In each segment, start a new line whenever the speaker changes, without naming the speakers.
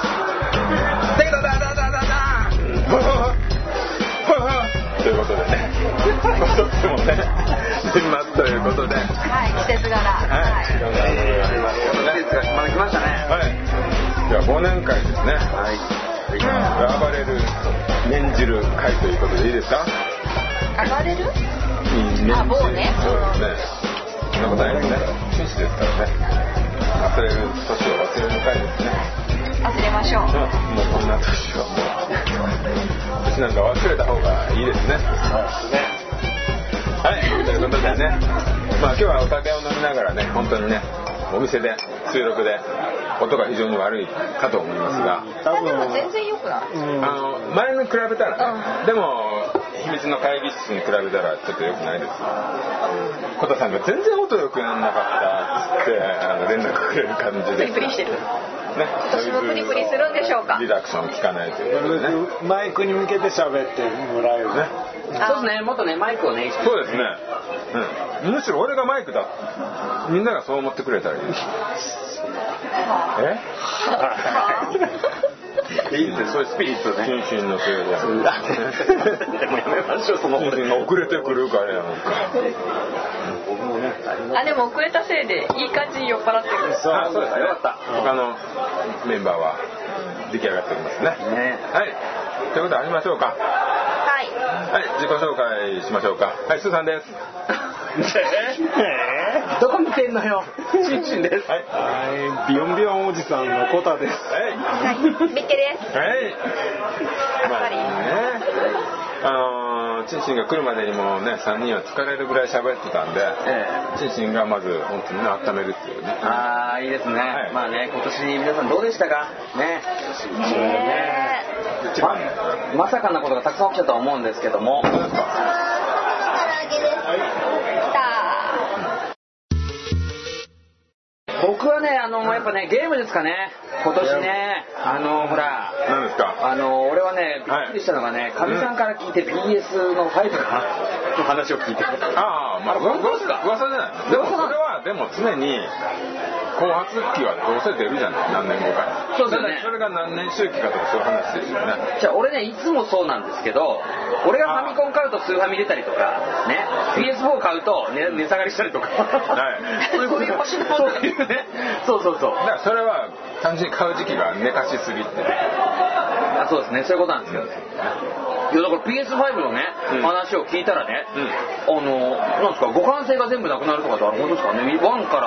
だだだだだだということでね、とってもね、年末ということで、はい、
はい、季節柄。はい。
いろんな思いがありますけどね
季節が迫ってきましたね。
はい、じゃあ忘年会ですね、
はい。
暴れる念じる会ということでいいですか？
暴れる
あ
あ某ね
そうですね。そんなことないですね。紳士ですからね。忘れる年を忘れる会ですね。
忘れましょう。
うんもうこんな年はもう年なんか忘れた方がいいですね。はい。ということでね、まあ今日はお酒を飲みながらね、本当にね、お店で収録で音が非常に悪いかと思いますが。
いやでも全然良くない。
あの前に比べたらね、でも秘密の会議室に比べたらちょっと良くないですコタさんが全然音良くなんなかったっつってあの連絡くれる感じ
プ
で
リプリしてる。
ね
私もプリプリするんでしょうか
リダクション聞かないということでね
マイクに向けて喋ってもらうよね
そうですね。もっとねマイクをね。意識
そうですね、うん、むしろ俺がマイクだみんながそう思ってくれたらいいえ
いいですね。そういうスピリッツをね。
心身のせいで
でもやめましょうその。
心身が遅れてくるからやんか
僕もね。
あでも遅れたせいでいい感じに酔っ払ってる。
そう
あそうですね
よかった
他のメンバーは出来上がっておりますね
ね。
はい。ということでありましょうか。
はい。
はい。自己紹介しましょうか。はい、スーさんです。
どこ見てんのよ。シンシンです。
はい。
はいビヨンビヨンおじさんのコタです
はい。
はい。ビッケです。
はい。まあね。あのー、チンチンが来るまでにもね、3人は疲れるぐらい喋ってたんで、
ええ。
チンチンがまず本当にね、温めるっていうね。
ああいいですね、
はい
まあね今年皆さんどうでしたかね
ね
一番
ままさかなことがたくさん起きたとは思うんですけども
どうですか
え。来た。
僕はねあのやっぱねゲームですかね今年ねあのほら
何ですか
あの俺はねびっくりしたのがねかみ、さんから聞いて PS の5かなの話を聞いて
ああ、まあ、噂
本当ですか
噂じゃない。でもそ
噂なの
れは、でも常に、後発期はどうせ出るじゃない、何年後か
そ
に。
うですよね
ただそれが何年周期かとかそういう話ですよね。
じゃあ俺ねいつもそうなんですけど俺がファミコン買うとスーファミ出たりとかね PS4 買うと値値下がりしたりとか、
い
そういうこと
そういう星の
そういうねそうそうそう
だからそれは単純に買う時期が寝かしすぎって
あそうですねそういうことなんですけどね、いやだから PS5 のね、
うん
話を聞いたらね、あのなんですか互換性が全部なくなるとかってあれ本当ですかね1か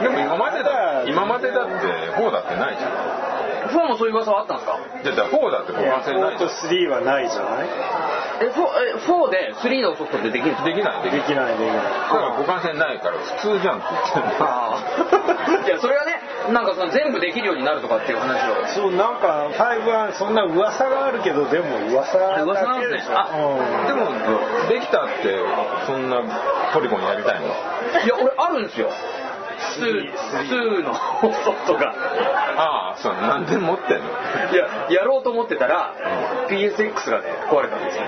ら
でも今までだ今までだって4だってないじゃ
4もそういう噂はあったんですか
んじゃあじゃあ4だって互換性ない
4
じ
と
ゃ
3はないじゃない
え 4, え4で3のソフトってできるんです
ん
か
できないでき
で
ない
きないできない
だから互換性ないから普通じゃんって言っ
ああ いや
てんだ
それはねなんかその全部できるようになるとかっていう話を
そうなんか5はそんな噂があるけどでも噂だけ
噂なんですね
でしょ
あ
でもできたってそんなポリゴンやりたいの
いや俺あるんですよ2のソフトが
ああそう何で持ってんの
いややろうと思ってたら PSX がね壊れたんですよ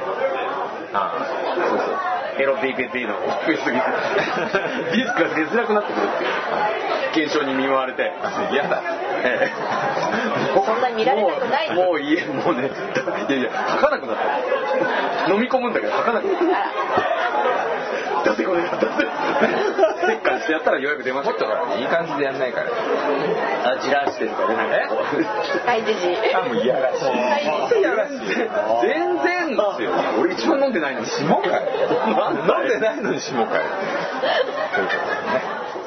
そうそ
あ
う。エロ DPT のオフィス にディスクが出づらくなってくるっていう現象に見舞われて、
あ嫌 だ
ええ
そんな見られたくない
もうもう家もうねいやいや吐かなくなった飲み込むんだけど吐かなくなっただってこれだってせっかちしてやったらようやく出まし
も
た
っとほらいい感じでやんないから
あじらしてるからねなんかこう
はい、じじい。
あもう嫌らしい
はい
嫌らしい
全然ですよ俺一番飲んでないのに
下かよ飲んでないのに下かよというこ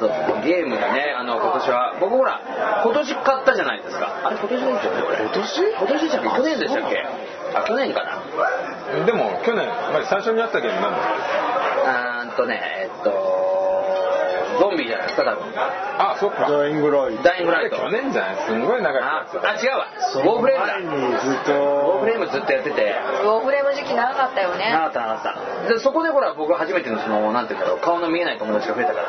とでね
そうゲームがねあの今年は僕ほら今年買ったじゃないですかあれ今年ですよね俺今年今年でしたっけ去年でしたっけあ去年かな
でも去年、まあ、最初にあったゲームなんだ
あーんとねえっとゾンビじゃないですか多分
あそっか
ドイングロイ
ダイイング
あ
ラ
れ
イト
去年じゃないすんごい長い
あ
やつ
あ違
そうの
わウォーフレームだ
前にずっと
ウォーフレームずっとやってて
ウォーフレーム時期長かったよね。
なかったなかったでそこでほら僕初めてのそのなんていうんだろう顔の見えない友達が増えたから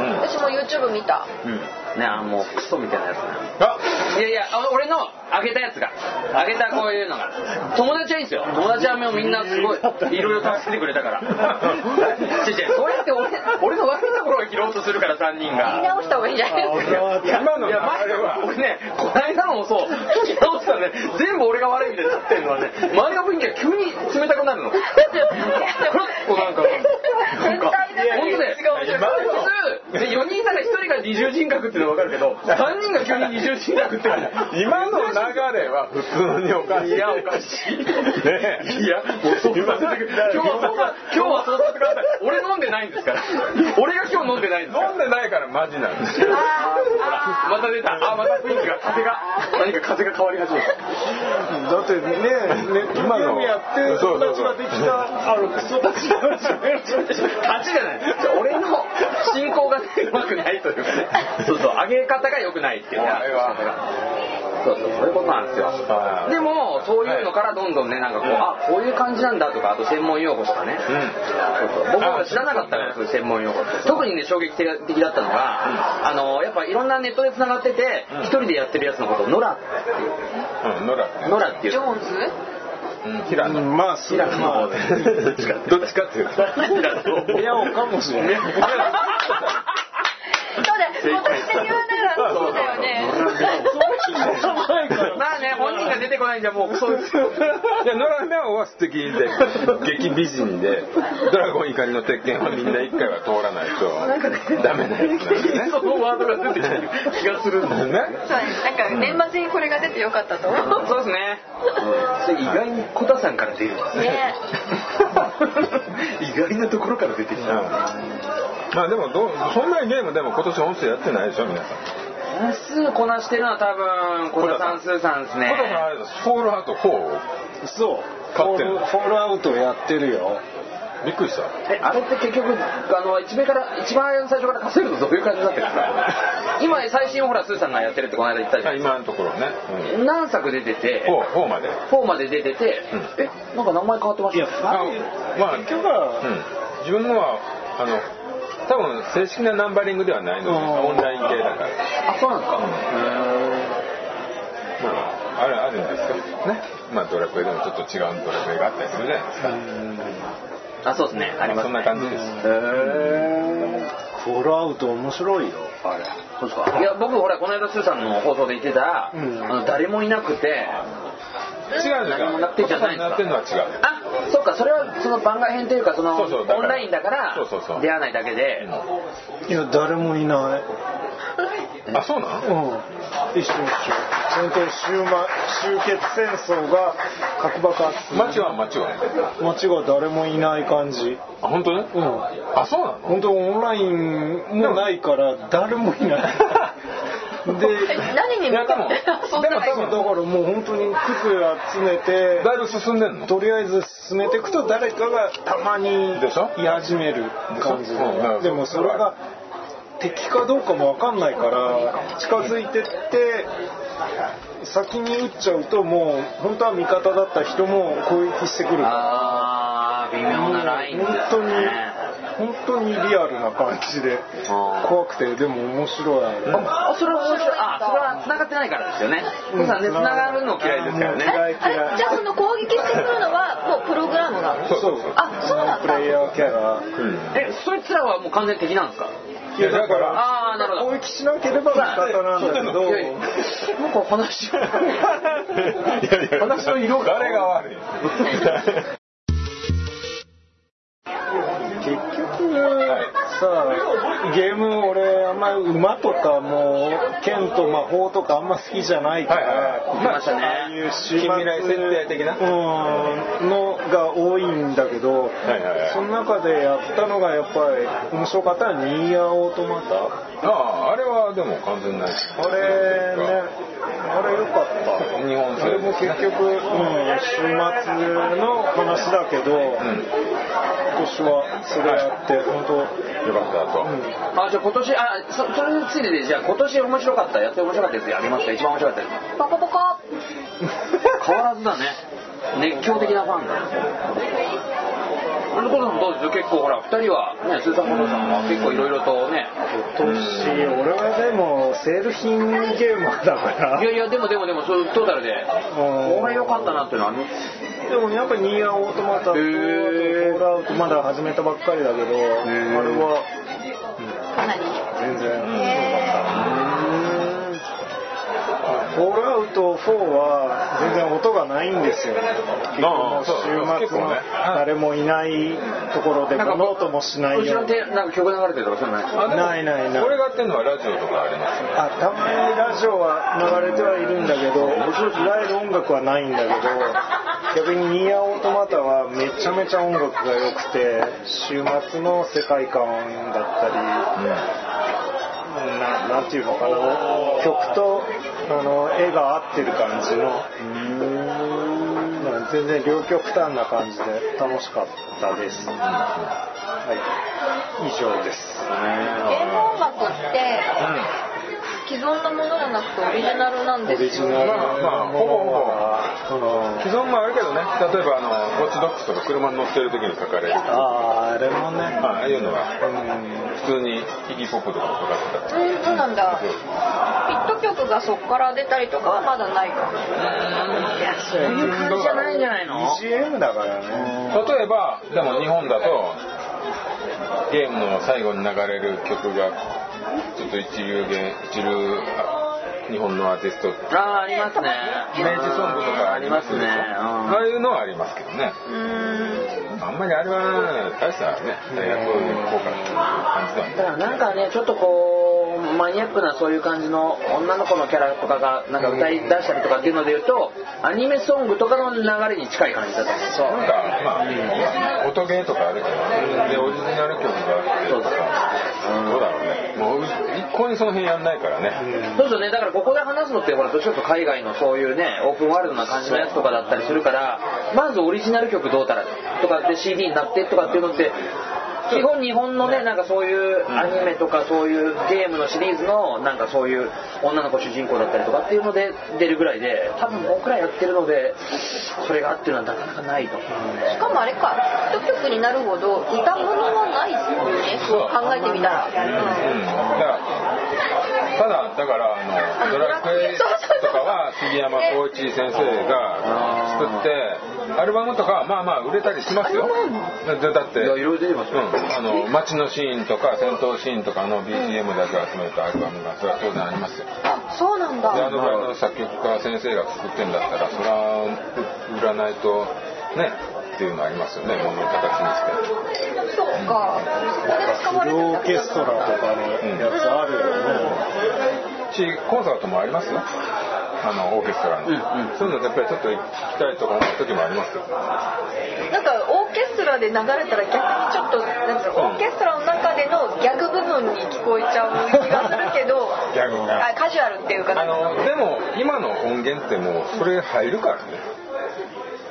うん、うん、私も YouTube 見た。
うんねあもうクソみたいなやつね
あ
いやいやあ俺のあげたやつがあげたこういうのが友達はいいんですよ友達はもうみんなすごいいろいろ助けてくれたから違う違うそれって俺俺の悪いところを拾おうとするから3人
見
が
直した方がいいんじゃないですか
今の
い
流
やマジ
れ
で
は
俺ねこないだのもそう聞き直したらね全部俺が悪いみたいになってんのはね周りの雰囲気が急に冷たくなるのこなんかなんか本当ね普通で4人いたら1人が二重人格っていうのは分かるけど3人が急に二重人格って
今の流れは普通におかしい
いやおかしい
ねえ
いやもうそうさせてく今日はそうさ今日はそうさせてください俺飲んでないんですから俺が今日飲んでないんですから
飲んでないからマジなんですよ
あ
また出たあまた雰囲気が風が何か風が変わり始めた
だってねね今
今の
のやって
そう
友
そうそう
達ができたあのクソたちの
勝ちじゃない俺の進行がねうまくないというかねそうそう上げ方が良くないっていうね
怖いわ
そうそうそういうことなんですよ
はい
でもそういうのからどんどんねなんかこう、
うん
あこういう感じなんだとかあと専門用語とかね、
うん
そうそう僕は知らなかったからそういう専門用語特にね衝撃的だったのが、あのやっぱいろんなネットでつながってて
うん
一人でやってるやつのことをノラ
うん野良ね
ノラって
ー
い
ジョ
う
ーンズ
うん平野
まあそう
平野の方で
どっちかどっちかっていうと
親をかもし れない
そうだ今年的に言わながらそうだよね
まあね本人が出てこないんじゃもうそうですよ
いや野良ネオは素敵で激美人でドラゴン怒りの鉄拳はみんな一回は通らないとダメなやつなんですね
そのワードが出てきてる気がするんだ
ね
そうなんか年末にこれが出てよかったと思う
そうですね。それ意外にコタさんから出る。
ね
意外なところから出てき
うん。まあでもどうそんなにゲームでも今年音声やってないでしょ皆さん
本数こなしてるのは多分コタさんスーさんですね。
小田さんあれですフォールアウト4を
そう
勝ってる
フォールフォールアウトやってるよ
びっくりした
えあれって結局あの一番から一番最初から稼ぐとどういう感じになってるんですか。今最新をほらスーさんがやってるってこの間言ったじゃ
あ
ん。
今のところね、
何作出てて
うん、4, 4まで
フォーまで出てて、
う
えなんか名前変わってま
い
し
や
た。
フ
あ
ァイ
まあ
結局は
うん、自分のはあの多分正式なナンバリングではないので
うん
オンライン系だから、
あそうなんですか。
まあ、あれあるんですけどねまあドラクエでもちょっと違うドラクエがあったりするじゃないですか、
あそうですねあり
ま
ま
あ
す
そ
ね。
んな感じです、
フォールアウト面白いよあれ
そうですかいや僕ほらこの間スーさんの放送で言ってた、
うん
あの誰もいなくて
違うんです
何も
よ
なってんじゃないんで
な
すか
ってるのは違う
あそうかそれはその番外編というかその
そうそうだから
オンラインだから
そうそうそう
出会わないだけで
いや誰もいない
あそうな
うん
の
一緒一緒本当終末終結戦争が核爆発
街は街は
街が誰もいない感じ
あ本当ね
うん
あそうなの
本当オンラインもないから誰もいない
え
で
何に向かって遊んだらいい
多分だからもう本当に靴集めて
だいぶ進んでんの
とりあえず進めていくと誰かがたまに
でしょ
言い始める感じ
でしょうんなるほど
ででもそれが敵かどうかもわかんないから近づいてって先に撃っちゃうともう本当は味方だった人も攻撃してくる
あー微妙なラインですね
本当に本当にリアルな感じで怖くてでも面白いあれ
あそれは面白いあそれは繋がってないからですよね皆さんね繋がるの嫌いですから
うん
ね
嫌
え
い
あれじゃあその攻撃してくるのはもうプログラムなの
そうそうそう
あそうなん
プ
だ
レイヤーキャラ
うん
えそいつらはもう完全に敵なんですか
いやだから
ああなるほど
攻撃しなければ味方なんだけ
い
ど
やいやなんか話を
いやいや
話の色が
誰が悪い
結局さあゲーム俺あんまり馬とかもう剣と魔法とかあんま好きじゃないか
はい
ら。
言ってましたね
ああいう週末
近未来設定的な
うんのが多いんだけど、
いはいはい
その中でやったのがやっぱり面白かったのはニーヤーオートマタ
あああれはでも完全な
あれねあれ良かった
日本製
あれも結局、うん、週末の話だけど、
うん
今年はそれやって、本当
よかったと、
あじゃあ今年あそそれについてでじゃあ今年面白かったやって面白かったやつやりました一番面白かったやつ
ポコポコ
変わらずだね熱狂的なファンだルコさんもどうです結構ほら二人はねスーさんコロさんは結構いろいろとね
今年俺はでもセール品ゲーマーだから
いやいやでもでもでもそういうトータルで
うん
これ良かったなっていうのはあります
でもやっぱニーヤオートマタとあとフ
へー
ォールアウトまだ始めたばっかりだけどあれは
かなり。
全
う
然
ん
フォールアウト4は全然音がないんですよ結
ああそう
局
結
週末
構
の
ね
誰もいないところで
なんか
物音もしない
後ろに
ように
手なんか曲流れてるとかそういうのないですか
あでも
ないないない
これがやってるのはラジオとかあります
あたまにラジオは流れてはいるんだけどいわゆる音楽はないんだけど逆に「ニーアオートマタ」はめちゃめちゃ音楽が良くて週末の世界観だったりななんていうのかな曲とあの絵が合ってる感じのなんか全然両極端な感じで楽しかったです、はい、以上です
ゲーム音楽って既存のものじゃなくてオリジナルなん
オ
です
リジナル
よ。
まあまあほぼほぼ
ぼ
既存もあるけどね例えばあのウォッチドックスとか車に乗ってる時に書かれる
あああれもね、
まあああいうのは
うん
普通にヒギポップとかもかかってたから
うん、そうなんだ。ヒ
そう
ット曲がそこから出たりとかはまだないかも。
そういう感じじゃないんじゃないの BGM だからね
例えばでも日本だとゲームの最後に流れる曲がちょっと一流ゲ一流あ日本のアーティスト
ああありますね
明治ソングとか
ありますね
でしょああいうのはありますけどね
うーん。
あんまりあれは大したね大学効果っていう感じ
だから
だ
なんかねちょっとこうマニアックなそういう感じの女の子のキャラとかがなんか歌い出したりとかっていうので言うとアニメソングとかの流れに近い感じだと思うそう
なんかまあ音ゲーとかあるけどでオリジナル曲があって
そ
と
う
か
そう
どうだろうねもう一向にその辺やんないからね
そうですよねだからここで話すのってほらどっちかというと海外のそういうねオープンワールドな感じのやつとかだったりするからまずオリジナル曲どうたらとかって CD になってとかっていうのって基本日本のねなんかそういうアニメとかそういうゲームのシリーズのなんかそういう女の子主人公だったりとかっていうので出るぐらいで多分僕らやってるのでそれがあっていうのはなかなかないと思うんで
しかもあれか、ヒット曲になるほど歌物はないですよね。そう考えてみたら。
うん
うん
だからただだからあのドラクエとかは杉山浩一先生が作ってアルバムとかはまあまあ売れたりしますよだだって
いやいろいろ出てます
う
よ
ん、あの街のシーンとか戦闘シーンとかの BGM だけ集めたアルバムがそれは当然ありますよで
あ、そうなん
あ
だ。
のぐらいの作曲家先生が作ってんだったらそれは売らないとねっていうのありますよね物の形にして
そうか。そこで使
フ
われ
ル
るん
オ
だ
ーケストラとかのやつあるよね
しコンサートもありますよあのオーケストラの、
うん
そういうのやっぱりちょっと行きたいとか思う時もありますよ
なんかオーケストラで流れたら逆にちょっとなんつうのオーケストラの中でのギャグ部分に聞こえちゃう気がするけ ど
ギャグが
あカジュアルっていうか
あのでも今の音源ってもうそれ入るからね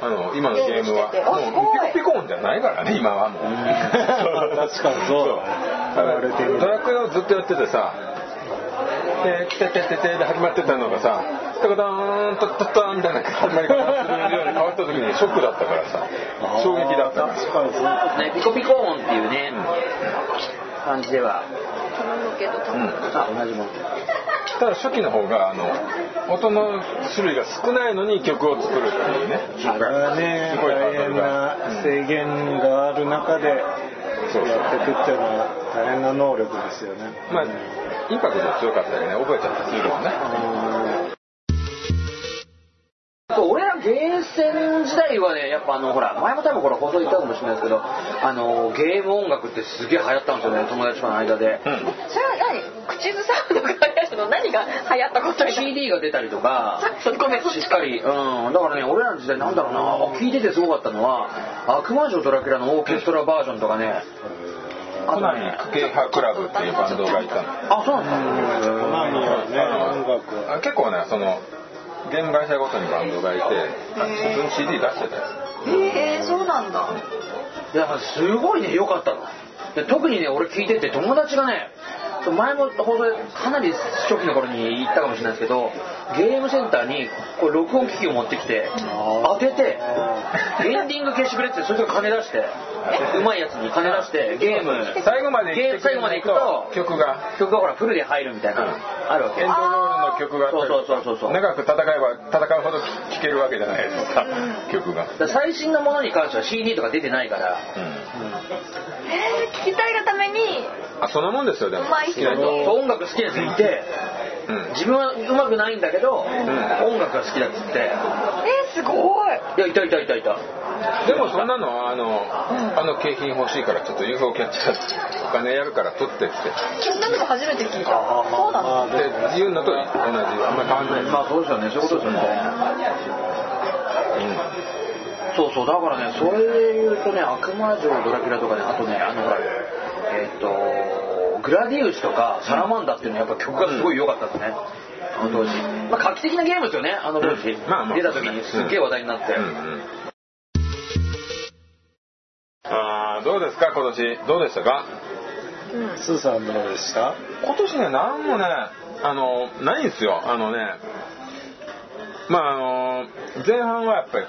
あの今のゲームは
ゲームしててあ
もう
すごい
ピコピコ音じゃないからね今はもう
確かにそうだね
だからドラクエをずっとやっててさ「でててててて」で始まってたのがさ「タカターンタッタッタン」みたいな始まり方するように変わった時にショックだったからさ衝撃だったから
確かにそうだ
ねピコピコ音っていうね感じでは
頼むけど頼む
うん
あ同じもの
ただ初期の方があの音の種類が少ないのに曲を作るっていうね
あれはね
すごいハー
大
ドル
変
が
な制限がある中でやってい
そう
く
そう
っていうのは大変な能力ですよね
まあインパクトが強かったりね覚えちゃったりするけどね
俺らゲーセン時代はねやっぱあのほら前も多分これ放送で言ったかもしれないですけどあのゲーム音楽ってすげえ流行ったんですよね友達との間で、
それは何口ずさむのが流行ったの何が流行ったことになる
CD が出たりとか
そうごめんそっ
し
ち
っ
か
かり、うん、だからね俺らの時代なんだろうな聞いててすごかったのは「悪魔女ドラキュラ」のオーケストラバージョンとかねあ
コ
と
ナミ
ね
クケハクラブっていうバンドがいたの
あそうなんですか
コナミはね音楽は
あ結構ねそのゲーム会社ごとにバンドがいてあ普通に CD 出してたよ
へえそうなんだ
いやすごいね良かったので特にね俺聞いてて友達がねそう前も放送でかなり初期の頃に行ったかもしれないですけどゲームセンターにこう録音機器を持ってきて当ててエンディング消してくれってそいつが金出してうまいやつに金出してゲーム
最後まで
ゲーム最後まで行くと
曲が
曲がほらフルで入るみたいな、あるわけ
エンドロールの曲があったりとか
そうそうそうそう
長く戦えば戦うほど聴けるわけじゃないですか曲が、
だから最新のものに関しては CD とか出てないから
うん、
えー、聞きたいがために
あそんなもんですよでも
うまい
好きな人、
人
音楽好きなやついて
うん、
自分は上手くないんだけど、音楽が好きだっつって
えー、すごい
いやいたいたいたいた
でもそんなのはあのあの景品欲しいからちょっと UFO キャッチャーお金やるから取ってってっ
そんなのも初めて聞いたそうなの
ていうのと同じあんまり変わんないです
まあそうですよねそういうことですよねそうそうだからねそれで言うとね悪魔城ドラキュラとかねあとねあのほらえっ、とグラディウスとかサラマンダっていうのはやっぱ曲がすごい良かったですね、あの当時、まあ、画期的なゲームですよねあの当時、
うんまあまあ
出た時にすっげえ話題になって、
うん、うんうんあーどうですか今年どうでしたか
スーさんどうでした
今年ね何もねあのないんですよあのねまああの前半はやっぱり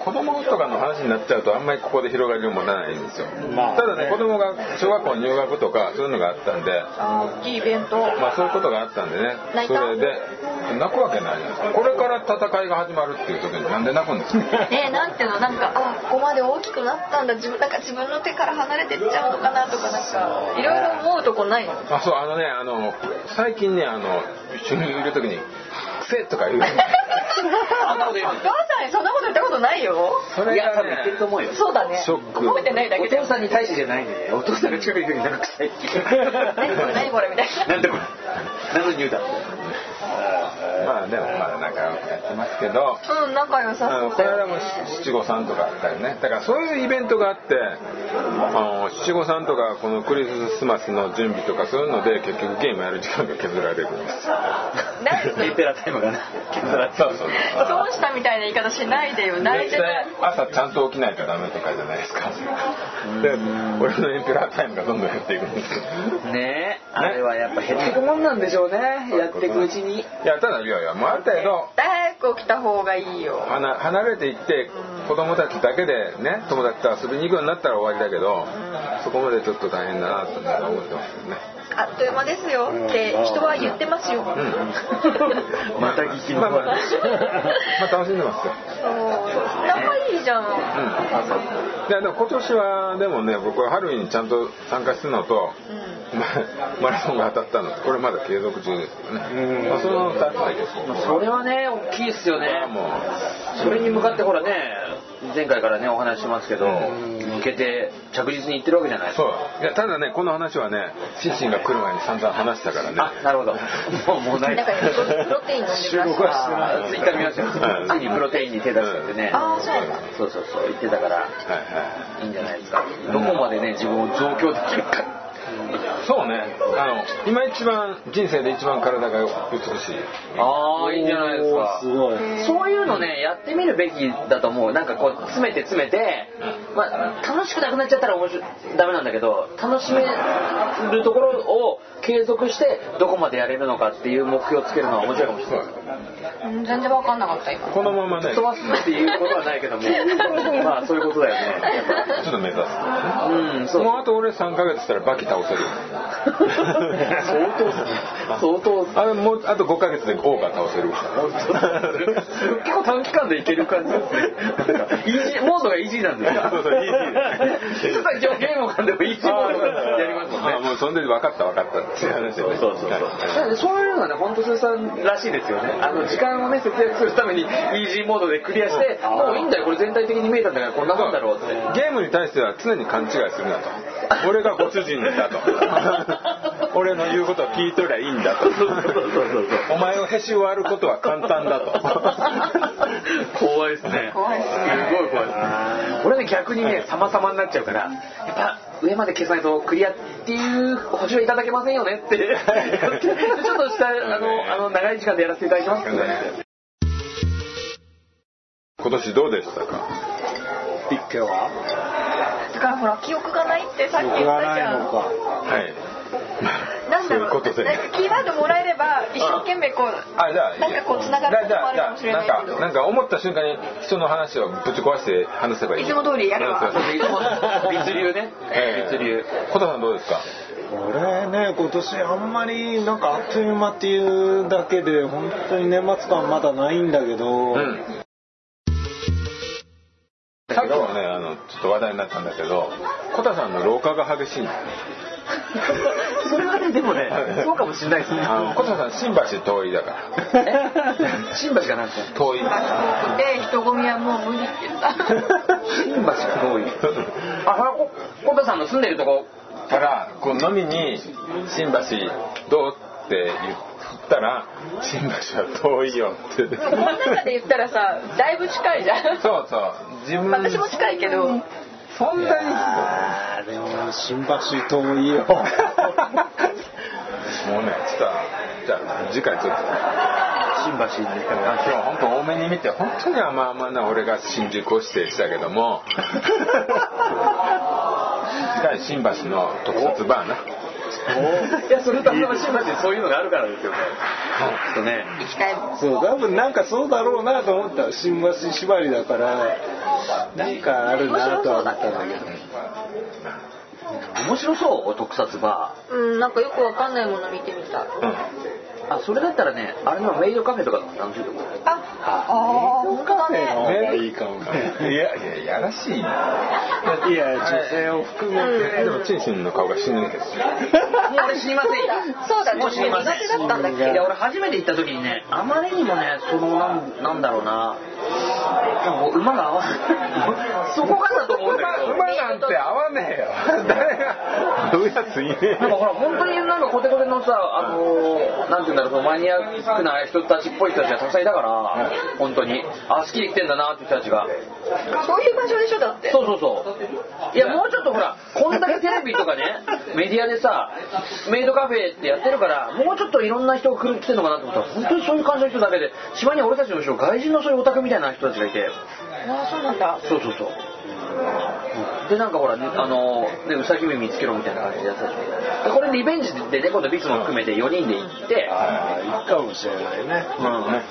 子供とかの話になっちゃうとあんまりここで広がりを持たないんですよ、
まあ
ただね子供が小学校入学とかそういうのがあったんで
あー大きいイベント
まあそういうことがあったんでね
泣い
そ
た
れで泣くわけないじゃないですかこれから戦いが始まるっていう時になんで泣くんですか
ねえなんていうのなんかあここまで大きくなったんだ自分なんか自分の手から離れてっちゃうのかなとかなんかいろいろ思うとこないの
あそうあのねあの最近ねあの一緒にいる時に「癖」とか 言う
あんなこと言う
お
の
母さんにそんなこと言ったことないよ
それ
いや多
が
分言って
ね
ると思うよ
そうだね
ショック
褒めてないだ
お
けで
父さんに対してじゃないんだよねお父さんが近くにいる時になんか臭いって言う
何これ何これみたいな
なんでこれ何のニューだ
まあでもまあなんかやってますけど
うん仲良さ
あの
そう
こ
だ
の間
よ
も
ね
七五三とかあったりねだからそういうイベントがあってあの七五三とかこのクリスマスの準備とかそういうので結局ゲームやる時間が削られるんですよ
何それ
エンペラータイムがな削られ
そうそう
どうしたみたいな言い方しないでよ泣い
絶
てない
対朝ちゃんと起きないとダメとかじゃないですかで俺のエンペラータイムがどんどん減っていくんですよ
ねえあれはやっぱ減ってくもんなんでしょうねやってくうちに
いやただいやいやもうある程度
早く起きた方がいいよ
離離れていって子供たちだけでね友達と遊びに行くようになったら終わりだけどそこまでちょっと大変だなとなんか思ってますよね
あっという間ですよって人は言ってますよ、
ん
また聞きの
まあまあ、まあ楽しんでますよ
そう仲いいじゃん、
うんいやでも今年はでもね僕は春にちゃんと参加するのと
うん、
まマラソンが当たったのこれまだ継続中ですよねまあその2つだけです
まあそれはね大きいっすよね
もう
それに向かってほらね前回からねお話ししますけど向けて着実にいってるわけじゃないですか
そういやただねこの話はね心身が来る前に散々話したからね
あなるほどもうもうない
だからプロテイン飲んでます
あツイッター見 ましたよついにプロテインに手出したってね
ああそうだ
そうそうそう言ってたから
はいはい
いんじゃないですかどこまでね自分を増強できるか
そうねあの今一番人生で一番体が美しい
ああいいんじゃないですか
おーすごい
そういうのねやってみるべきだと思うなんかこう詰めて詰めて、まあ、楽しくなくなっちゃったら面白いダメなんだけど楽しめるところを継続してどこまでやれるのかっていう目標をつけるのは面白いかもしれない
うん全然わかんなかった今
このままねち
飛
ょ
ばすっていうことはないけども まあそういうことだよねやっ
っと目指す
ぱうんそう
もうあと俺3ヶ月したらバキ倒せる
相当 相当
あれもうあと5ヶ月で豪が倒せる
結構短期間でいける感じですね。なんかイージーモードがイージーなんですよ。
そうそうイージーです
ちょっと今日ゲームをかんでもイージーモードでやりますもんね
あ。もうそんで分かった分かったっていう話でね
なのでそういうのはね、本当鈴さんらしいですよね。あの時間をね、節約するためにイージーモードでクリアして、もういいんだよ、これ全体的に見えたんだから、こんなもんだろうって。
ゲームに対しては常に勘違いするなと俺がご主人だと俺の言うことを聞いとりゃいいんだとお前をへし割ることは簡単 だと
怖いですね。
怖いっすね
すごい怖いですね。俺ね、逆にね、様々になっちゃうから、やっぱ上まで消さないとクリアっていう星はいただけませんよ ねって、ちょっとした、あの、あの長い時間でやらせていただきますね。
今年どうでしたか
ピッケは
だからほら記憶がないってさっき
僕
言っ
が
た
な
じ
い
ゃん
のか
はい
なん
そういうことで
なんかキーワードもらえれば一生懸命こう
あじゃあ
なんかこうつながることもあるかもしれないけ
じゃあじゃあじゃ
ど
あなんかなんか思った瞬間に人の話をぶち壊して話せばいい
いつも通りやるわ
うんそうそう
物流ね
ええ
物流
小田さんどうですか
俺ね今年あんまりなんかあっという間っていうだけで本当に年末感まだないんだけど、
うんさっきもねあのちょっと話題になったんだけど小田さんの老化が激しい
それはねでもねそうかもしれないですね
あの小田さん新橋遠いだから
新橋が なんか
遠 い
で人混みはもう無理って言った
新橋が多いあそれはこコタさんの住んでるとこ
からこう飲みに「新橋どう?」って言ったら「新橋は遠いよ」って
でもこの中で言ったらさだいぶ近いじゃん
そうそう自分
私も近いけど
そんなに
あでも新橋遠いよ
もうねちょっとじゃあ次回ちょっと
新橋に
今日本当多めに見て本当に甘々な俺が新宿を指定したけど も次回新橋の特設バーな。
いやそれたまたま新橋にそういうのがあるからですよちょっとね
行きたいもん
そう多分なんかそうだろうなと思った新橋縛りだからなんかあるなとは思ったんだけど
面白そう特撮バ
うんなんかよくわかんないもの見てみた
うん
ーあそれだったらねあれのメイドカフェとかの方が楽しいと思う
ああー本当だね
ねいいかもいやいややらしいない
や女性を含めて
でもチンチンの顔が死ぬんですよ
もう俺死にませんよ
そうだ
もう
ね
死にません
苦手だったんだっ
いや
け
俺初めて行った時にねあまりにもねそのなんなんだろうなもう馬が合わ ないそこかなと思うんだけど
馬なんて合わねえよ誰が合うやついねえ
なんか
よ
ほら本当になんかコテコテのさあのー、なんて言うんだろうそのマニアックな人たちっぽい人たちがたくさんいたから、本当にあ好きで来てんだなって人たちが
そういう場所でしょだって
そうそうそういやもうちょっとほらこんだけテレビとかね メディアでさメイドカフェってやってるからもうちょっといろんな人が来る来てんのかなと思ったら本当にそういう感じの人だけで島に俺たちの後ろ外人のそういうオタクみたいな人たちがいて
ああそうなんだ
そうそうそううんでなんかほら、ね、あのでうさぎ目見つけろみたいな感じでやってたでしょでこれリベンジでレコードビスも含めて4人で行って、
ああいいかもしれないね
うん
ね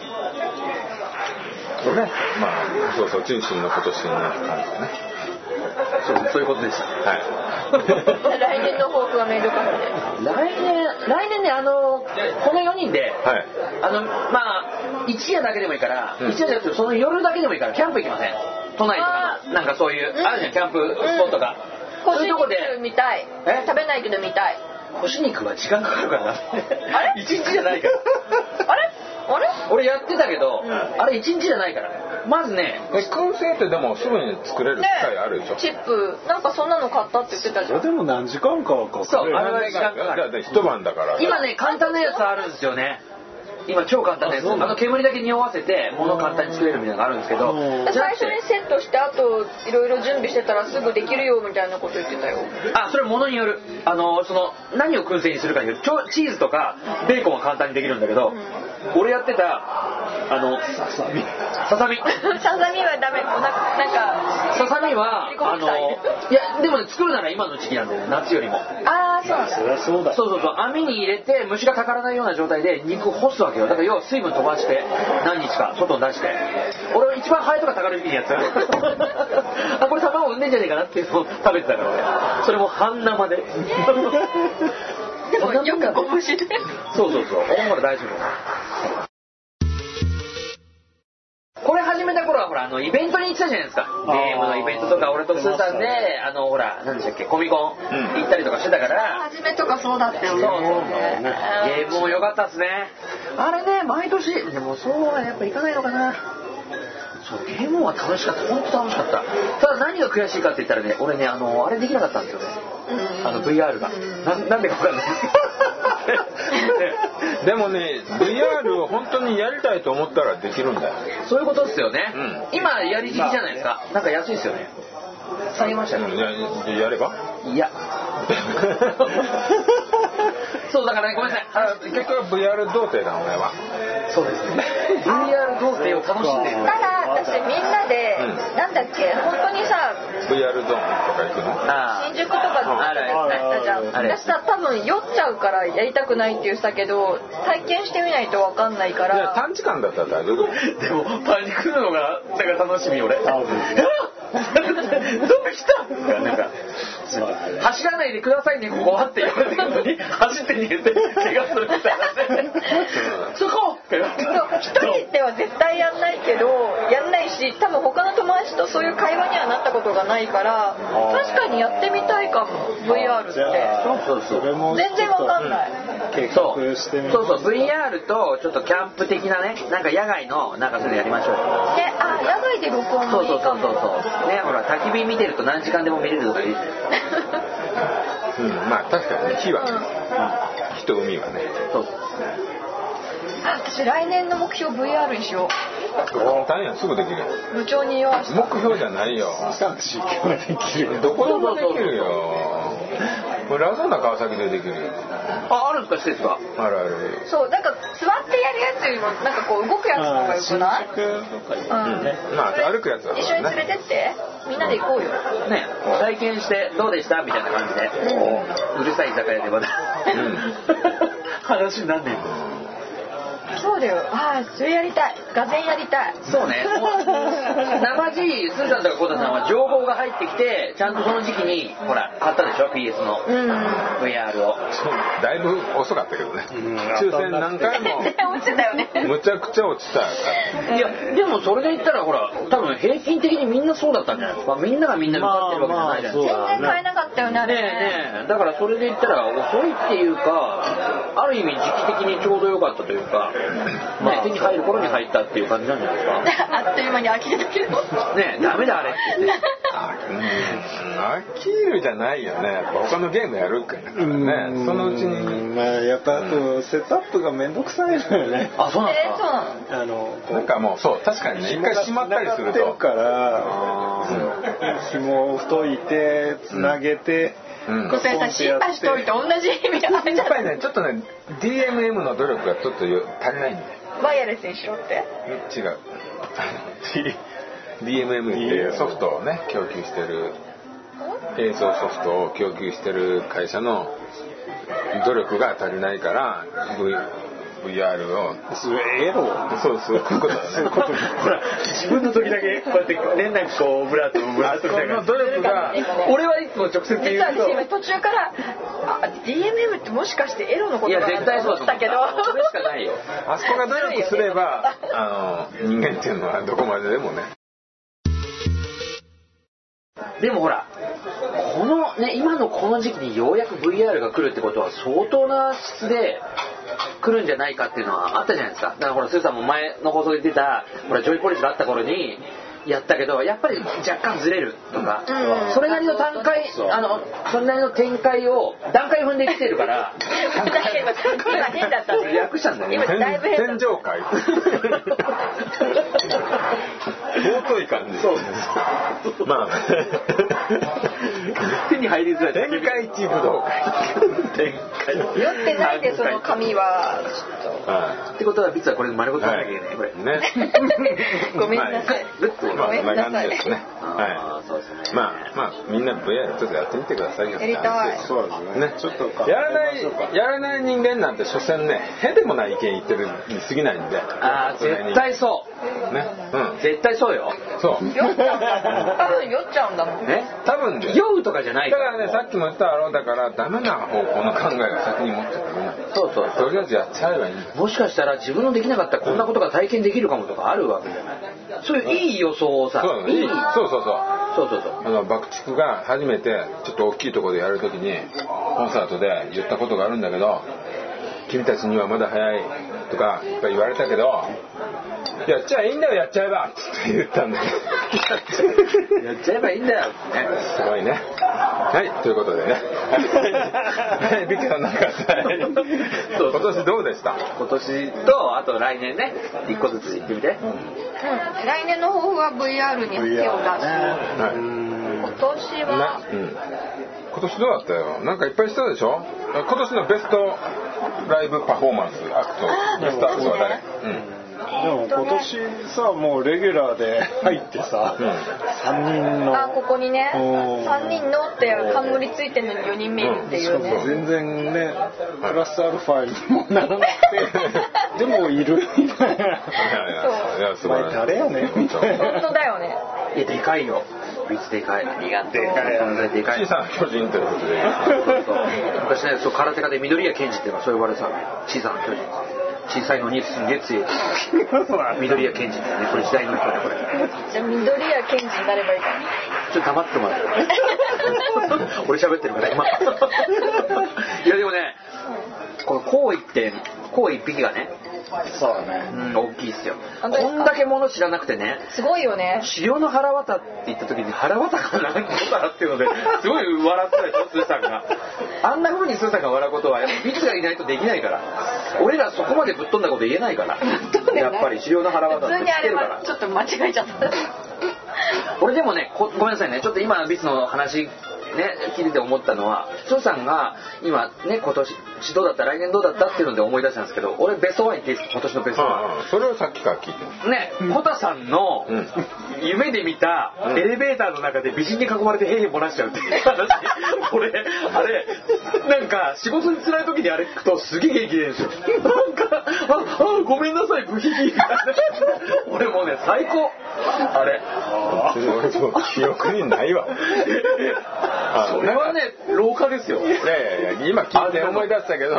そうねまあそうそうチンチンの今年になったんですよね
そうそういうことでした
はい
来年の抱負はメイドカフェで
来年来年ねあのこの4人で、
はい
あのまあ一夜だけでもいいから、
うん
一夜じゃなくてその夜だけでもいいからキャンプ行きません都内とかのなんかそういう、
うん
あるじゃんキャンプスポットが、
個
そう
人
いうとこで
見たい
え
食べないけど見たい
干し肉は時間かかるからな
あれ
一日じゃないから
あれあれ
俺やってたけど、
うん
あれ一日じゃないからまずね
え燻製ってでもすぐに作れる機械あるでしょ
チップなんかそんなの買ったって言ってた
そ
じゃ
れで
ん
も何時間かはか
そ
か
う
る
あれは時間かか
じゃあ
る
ね一晩だから
今ね簡単なやつあるんですよね今超簡単なやつあの煙だけ匂わせて物を簡単に作れるみたいなのがあるんですけど
うん
じゃなく
最初
て
にセットしてあといろいろ準備してたらすぐできるよみたいなこと言ってたよ
あそれ物によるあのその何を燻製にするかによるちょチーズとかベーコンは簡単にできるんだけど、俺やってたあのささみささみ
さざみはダメお腹なんか
ささみは
切り込
あ
みたい
のいやでもね作るなら今の時期なんだよね夏よりも
ああそうなん
そ
だ
りゃそうだ
そうそうそう網に入れて虫がかからないような状態で肉を干すわけよだから要は水分飛ばして何日か外に出して俺は一番ハエとかたかる時期にや ってたあこれ卵産んでんじゃねえかなっていうのを 食べてたから俺それも 半生で
でもよくご無視で
そうそうそう。俺もら大丈夫。これ始めた頃はほらあのイベントに行ってたじゃないですかゲームのイベントとか俺とスーさんであのほら何でしたっけコミコン行ったりとかしてたから、
初めとかそうだったよね
そうそうそう
あー
ゲームも良かったっすねあれね毎年でもそうはやっぱ行かないのかなそうゲームは楽しかった本当楽しかったただ何が悔しいかって言ったらね俺ねあのあれできなかったんですよね
うん
あの VR がなんなんでか分 かんないね
でもね VR を本当にやりたいと思ったらできるんだよ
そういうことですよね。
う
今やり時期じゃないですか。なんか安いですよね。下げました
うん
ね。
やや れば
いや。そうだからね、ごめんなさい。
あ結局 VR 童貞だ俺は
そうですね。VR 童貞を楽しんでいる
た。だ私みんなで、
う
なんだっけ本当にさ
VR ゾーンとか行くの
あ
新宿とかで
ある
やったじゃん
ある
私さ多分酔っちゃうからやりたくないって言ってたけど体験してみないと分かんないか
いや
ら
短時間だったら大丈夫
ーでもパニクるのがなんか楽しみ俺
あ
どこ来たなんか走らないでくださいねここはって言われてるのに走って逃げて怪我するみたいなそこ
そう一人では絶対やんないけどやんないし多分他の友達とそういう会話にはなったことがないから確かにやってみたいかも VR っ
じゃ
て
あ
そうそう
それも
全然分かんない
計
そ
画
う
してみる
そうそう VR とちょっとキャンプ的なねなんか野外のなんかそれやりましょうよ
であ野外で録音
そう
もい
そう
い
そう
か
そう
も
そうねほら焚き火見てると何時間でも見れるとかいいですよ
うんまあ確かにね火はね、火と海はね
そう
あ私来年の目標 VR にしよ
簡単やんすぐできるよ
う部長に言わし
目標じゃないよ
39までできる
どこでもできるよこれラゾーナ川崎でできるよ
ああるんですか施設が
あるある
そうなんか座ってやるやつよりもなんかこう動くやつの方がよくないうん
まあ歩くやつだからね
一緒に連れてってみんなで行こうよ
ね体験してどうでしたみたいな感じでうるさい居酒屋でまだ
ん
話になんねえんだよ
そうだよああそれやりたいがぜんやりたい
そうね。生地、スーさんとかコウタさんは情報が入ってきて、ちゃんとその時期に、ほら、買ったでしょ ?PS の
うん
VR を。
そうだいぶ遅かったけどね
うん
抽選何回も
絶対落ちてたよね
むちゃくちゃ落ちたから
いや、でもそれで言ったら、ほら、多分平均的にみんなそうだったんじゃないですか。みんながみんな受かってるわけじゃないじゃないですか。
まあまあそう
全
だ
然買えなかったよねあ
ね
れ
えねえだからそれで言ったら遅いっていうかある意味時期的にちょうど良かったというか、まあ、手に入る頃に入ったっていう感じなんじゃないですかね
あっという間に飽きてたけど
えダメだあれって言って
あうん飽きるじゃないよねやっぱ他のゲームやるからねそのうちに
まあやっぱあとセットアップがめんどくさいのよね
あそうなんで
え
す
ー
か
そうなの
あのこう
なんかもうそう確かにね一回閉まったりする
紐が繋がって
と
から紐を解いてつなげて、
うん
ごめんなさい心配しといて同じ意味あれじ
や
ゃ
っ
な
ぱ
い
りねちょっとね DMM の努力がちょっとよ足りないんだよ
ワイヤレスにしろって
違うあの D- DMM っていうソフトをね供給してる映像ソフトを供給してる会社の努力が足りないから v VR を
それエロ
そうそうこういうことだね
ほら自分の時だけこうやって連絡こうオブラートオブ
あそこの努力が
俺はいつも直接言うと
実は私今途中からあ DMM ってもしかしてエロのこ
い
と
や
か
絶
な
対
と
そう
思ったけど
それしかないよ
あそこが努力すればあの人間っていうのはどこまででもね
でもほらこのね今のこの時期にようやく VR が来るってことは相当な質で来るんじゃないかっていうのはあったじゃないですかだからほらスーさんも前の放送で出たほらジョイポリスがあった頃にやったけどやっぱり若干ずれるとか、
うん
それなりの段階あのそれなりの展開を段階踏んできてるから
今変だったね
略したんだよね
今だいぶ
天
変だった
井界尊い感じそうですまあ
手に入りづらい
天下一武道 会天
酔ってないでその髪は
は
ってことは実はこれ丸ご
い
となんだけどねこれ
ね
ごめんなさい
は
グッと
まあ
ごめ
そ
ん
ん
な
な
さい
感じですねは
あーそうですね
いまあまあみんな VR ちょっとやってみてくださいよ
やりたい
そうですね
ね
ちょっと考えましょうか
やらないやらない人間なんて所詮ねへでもない意見言ってるに過ぎないんで
ああ絶対そう
ねうん
絶対そうよ
そう
酔っちゃうんだもん多分酔っちゃうんだもん
ね
多分ね
酔うとかじゃない
だからねさっきも言っただろうだからダメな方向の考えを先に持ってくれない
そうそう
とりあえずやっちゃえばいいんだよ
もしかしたら自分のできなかったこんなことが体験できるかもとかあるわけじゃないそういういい予想をさ
そうだね
いい
そうそうそう
そうそうそう
あの爆竹が初めてちょっと大きいところでやるときにコンサートで言ったことがあるんだけど「君たちにはまだ早い」とかいっぱい言われたけど「やっちゃいいんだよやっちゃえば」って言ったんだけど
やっちゃえばいいんだよね
すごいねはいということで ねはいビッキーさんなんか
そう
今年どうでした
今年とあと来年ね一個ずつ行ってみて
うん来年の抱負は VR に手を
VR
出す
ね
はいう
ーん
今年
な
は
うん、今年どうだったよなんかいっぱいしたでしょ今年のベストライブパフォーマンスアクトベストアクトは誰、うん
でも今年さもうレギュラーで入ってさ、
うん
三人の
あここにね
うん
3人のって冠ついてるのに4人目いるってい
しか
うね、
も全然ねプラスアルファにもならなくてでもいるみたいな
やいや
お
素晴
前
らしい
誰やねんみたいな
本当だよね
いやでかいよこいつでかいありがとうでかい存在でかい
小さな巨人ということで
そう昔ねそう空手家で緑谷健二っていうのはそう呼ばれてたの小さな巨人小さいのにすんげえ強い緑谷健二ってねこれ時代の人ねこれ
じゃあ緑谷賢治になればいいかな
ちょっと黙ってもらって 俺喋ってるから今いやでもねこの行為って行為一匹がね
そうだね
うん大きいっすよ
本当です
こ
か
んだけもの知らなくてね
すごいよね
狩猟の腹渡って言った時に腹渡が何個だっていうの ですごい笑ったでしょスーさんがあんな風にスーさんが笑うことはやっぱビッツがいないとできないから俺らそこまでぶっ飛んだこと言えないからやっぱり狩猟の腹渡
普
って
通に
知
あ
って
れ
るか
は
ら
ちょっと間違えちゃった
俺でもねこごめんなさいねちょっと今のビッツの話ね聞いてて思ったのはスーさんが今ね今年どうだった来年どうだったっていうので思い出したんですけど俺ベストワン言っていいですか今年のベストワン
うんうんそれをさっきから聞いてる
ね、コタさんの
うん
夢で見たエレベーターの中で美人に囲まれてヘイヘイ漏らしちゃうっていう話俺あれなんか仕事に辛い時にあれ聞くとすげえ元気出るんですよなんかああごめんなさいブヒヒみたいな俺もうね最高あれ
それ俺も記憶にないわあ
それはね廊下ですよ
いやいやいや今聞いて思い出したけど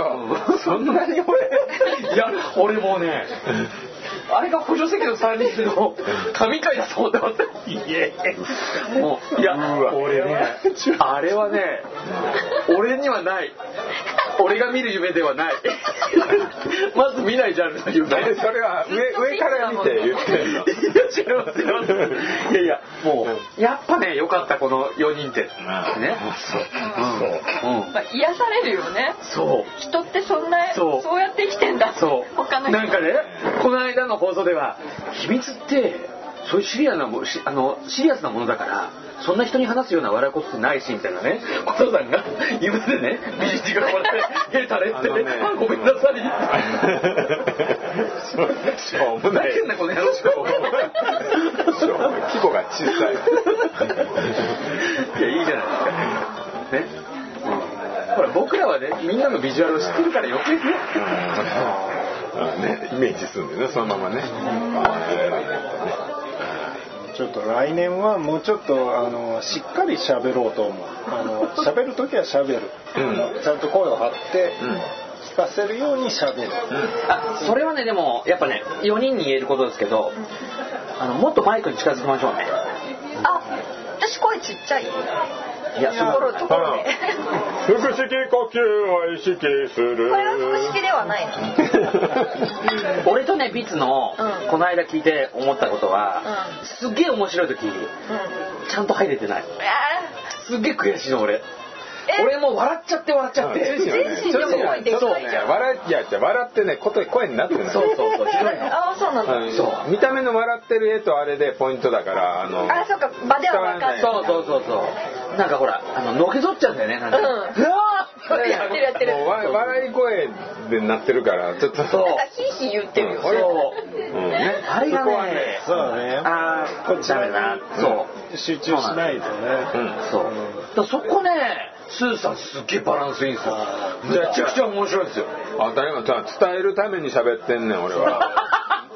そんなに俺
いや俺もうねあれが補助席の3人の神回だと思ってましたいえもういや
うわ
俺ねあれはね俺にはない俺が見る夢ではないまず見ないジャンルの夢
何それは上上から見て言ってる
い
の
や違います違いますいやいやもうやっぱね良かったこの4人ってねうんうん
まあ、癒されるよね
そう
人ってそんな
そ
そううやって生きてんだ
そう
他の人
なんかねこの間の放送では秘密ってそういうシリアスなもしあのシリアスなものだからそんな人に話すような笑うことってないしみたいなね小田さんが夢でね美人に囲 まれて「へえ垂れ」ってね
あのね
あごめんなさい」
しょうもない
泣けんなこの野郎しか
しょうもない規模が小さい
いやいいじゃないですかねほら僕らはねみんなのビジュアルを知ってるから余計ね
うんねイメージするんだよねそのままね
ちょっと来年はもうちょっとあのしっかり喋ろうと思うあの喋る時は喋る、
うん
ちゃんと声を張って
うん
聞かせるように喋る、
あそれはねでもやっぱね4人に言えることですけどあのもっとマイクに近づきましょうね
あ私声ちっちゃい
いや
と
そう
ころところで
腹式呼吸を意識する
これは複式ではないの
俺とねビッツの
うん
この間聞いて思ったことは、
うん
すっげえ面白い時
うん
ちゃんと入れてない
あ
すっげえ悔しいの俺
え
俺もう笑っちゃって笑っちゃって、
うん
ー全身の声で
ちょっと
か
ね
いじゃん
笑いいやじゃあ笑ってねこと声になってない
そうそうそうひどいの
ああそうなんだ、
うん
そ
見た目の笑ってる絵とあれでポイントだからあの
あそうか場では分かんない
そうそうそうそうなんかほらあののけぞっちゃうんだよねなんか、
うん
うわー
やってるやってる
もうわ笑い声でなってるからちょっと
そう
なんかヒーヒー言ってるよ、
うん俺
そう
うんね
あれが
そこは
ね
ね
そうだね
ああこっちダメだそう
集中しないとね
うん
そう。だからそこね、スーさんすっげえバランスいいんですよ。めちゃくちゃ面白いんですよ。
当たり前さ伝えるために喋ってんねん俺 は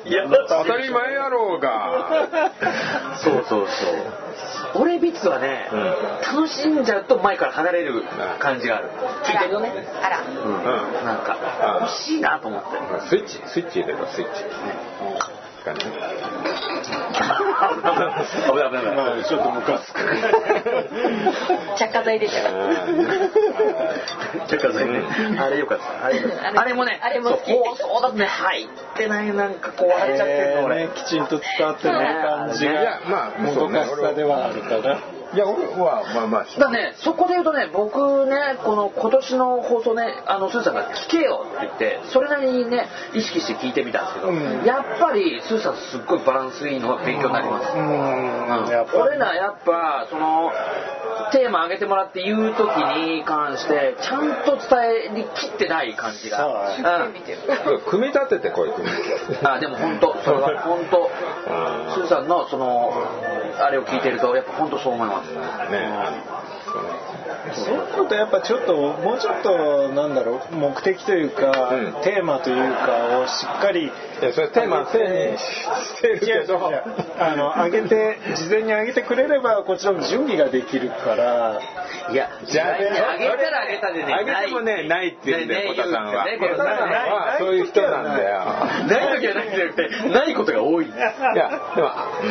いや、
当たり前やろうが
そうそうそう。俺ビッツはね、楽しんじゃうと前から離れる感じがある。ついてるよね。
あら
うん。なんか、欲しいなと思って。
スイッチスイッチ入れろスイッチかね
危ない危ない危ない。
まあちょっとムカつく
着火剤出ちゃう
ちょっとねあれよかった。あれよかったあれもね、
あれも好き
そう放送だとね、入ってないなんかこう笑っちゃってるの
えー
俺。
ねきちんと伝わってない感
い
じが
やまあ
もどかしさではあるかな
いや俺はまあまあ
だからね、そこで言うとね、僕ね、この今年の放送ね、あの、スーさんが聞けよって言って、それなりにね、意識して聞いてみたんですけど、
うん
やっぱり、スーさんすっごいバランスいいのが勉強になります。
うんやっぱ
俺らやっぱ、その、テーマ上げてもらって言う時に関して、ちゃんと伝えに切ってない感じ
そう
が。うん
組み立ててこい組み立てて
あでも本当それは本当
う
ス
ん
ーさんのそのあれを聞いてるとやっぱ本当そう思います
ね
そういうことやっぱちょっともうちょっとなんだろう目的というか、
うん
テーマというかをしっか
い
り
やそれテーマせえにしてるけど
あの上げて事前に上げてくれればこっちらも準備ができるから
いや
じゃあ
あげたらあげたでね
あげてもねないって言うんだよ
ね
コタさんは
ね
コタさんはそういう人なんだよ
ない時はないんじゃなくてないことが多い
いやでもう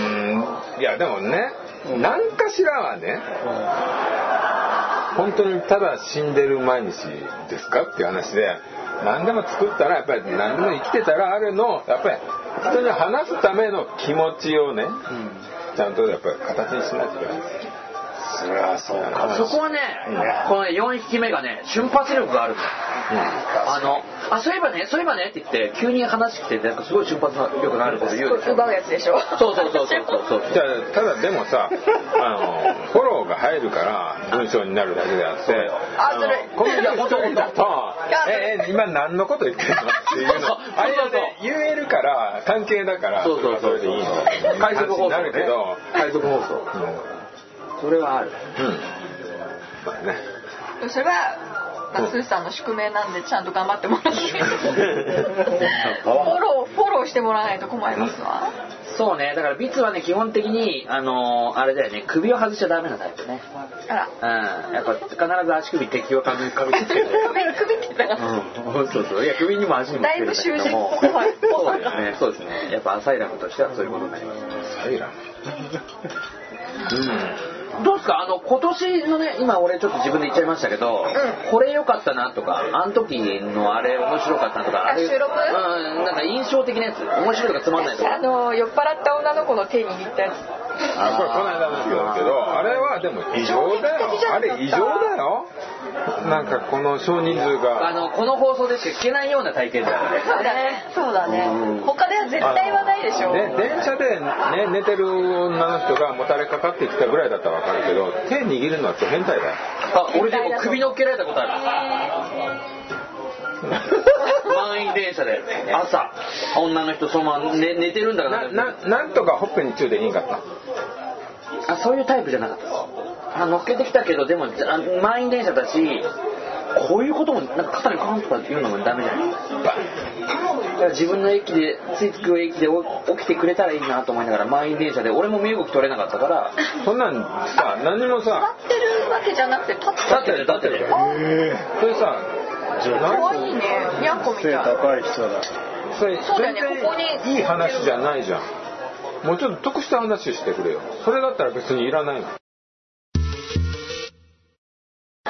んいやでもね何かしらはね本当にただ死んでる毎日ですかっていう話で何でも作ったらやっぱり何でも生きてたらあるのをやっぱり人に話すための気持ちをねちゃんとやっぱり形にしないといけない
それはそうかもし
そこはね
うん
この4匹目がね瞬発力があるあのあそういえばねそういえばねって言って急に話してきてなんかすごい瞬発力があること言うでしょ
奪うやつでしょ
そうそうそうそうそうそう
じゃあただでもさあのフォローが入るから文章になるだけであって
あずるい
コミュニケーション
いや本当
だと「ええ今何のこと言ってるの?」っていう
そう
のあれはね言えるから関係だから
そうそうそう
れはれでいいの
海賊放送
になるけど
海賊放送
うん
それはある
うんまあね
それは、まあ、スーさんの宿命なんでちゃんと頑張っても らってフォローフォローしてもらわないと困りますわ
そうねだからビツはね基本的にあのーあれだよね首を外しちゃダメなタイプね
あら
うんやっぱ必ず足首敵をかぶかぶって
首首切ってなかっ
うん、そうそういや首にも足にも
だいぶ
そう
習
で
字
すね
怖い
そうですねやっぱ浅いラムとしてはそういうことになります
サイラン
どうですかあの今年のね今俺ちょっと自分で言っちゃいましたけど、
う
これ良かったなとかあの時のあれ面白かったなとかあれ
あ収録
うんなんか印象的なやつ面白いとかつまんないと
た
か
あの酔っ払った女の子の手握ったや
あこれこの間の授業だけどあれはでも異常だよ
衝撃的じゃ
あ
なかった
れ異常だよなんかこの少人数が
あのこの放送でしか聞けないような体験だよね
つ そうだねそうだね他では絶対はないでしょ
ね、電車で、ね、寝てる女の人がもたれかかってきたぐらいだったらわかるけど手握るのはちょっと変態だよ
あ俺でも首乗っけられたことある満員電車で朝女の人そのまま寝寝てるんだから
なななんとかほっぺにチューできんかった
あそういうタイプじゃなかったあ乗っけてきたけどでもあ満員電車だしこういうこともなんか肩にカンとか言うのもダメじゃないだから自分の駅でついてく駅で起きてくれたらいいなと思いながら満員電車で俺も身動き取れなかったから
そんなんさ何も
座
さ
ってるわけじゃなくて立って
立ってる立ってる
それさ
可
な
愛いねにゃんこみたい
背
な
高い人だ
それ
そうだ
全
よねここ
然
に
いい話じゃないじゃんもうちょっと得した話してくれよそれだったら別にいらないの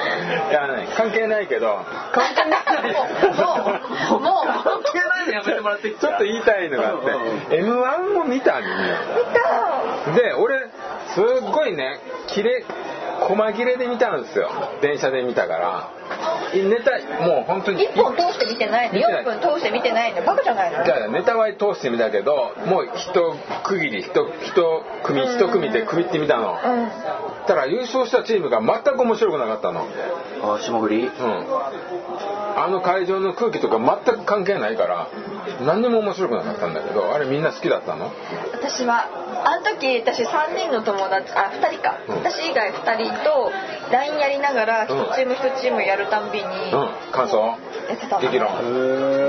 いやね関係ないけど
関係ないもうもうもう
聞けないのやめてもらっていい
ちょっと言いたいのがあって、m 1も見たみんなで俺すっごいね切れ細切れで見たんですよ電車で見たからネタもう本当に
1本通して見てないの
見てない
4分通して見てないのバカじゃないの
じゃあネタは通してみたけどもう一区切り一一組一組で区切ってみたの
うん
たら優勝したチームが全く面白くなかったの
あ霜降り
うん、あの会場の空気とか全く関係ないから何にも面白くなかったんだけどあれみんな好きだったの
私はあの時私3人の友達あ2人か、
うん
私以外2人と LINE やりながら
うん
1チーム1チームやるたんびに
うん
や
感想
ってたの、
激論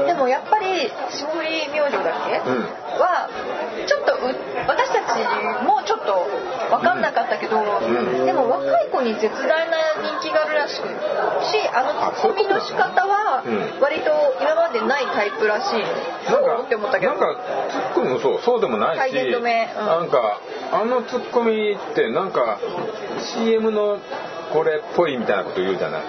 でもやっぱり霜降り明星だっけ、
うん
はちょっとう私たちもちょっと分かんなかったけど、
ん
でも若い子に絶大な人気があるらしくしあの
あ
ツ
そうい
ッ
うことな
コミ
の
の仕方は
うん
割と今までないタイプらしいそうって思ったけど
なんかツッコミもそうそうでもないし
体言止めうん
なんかあのツッコミってなんか CM のこれっぽいみたいなこと言うじゃない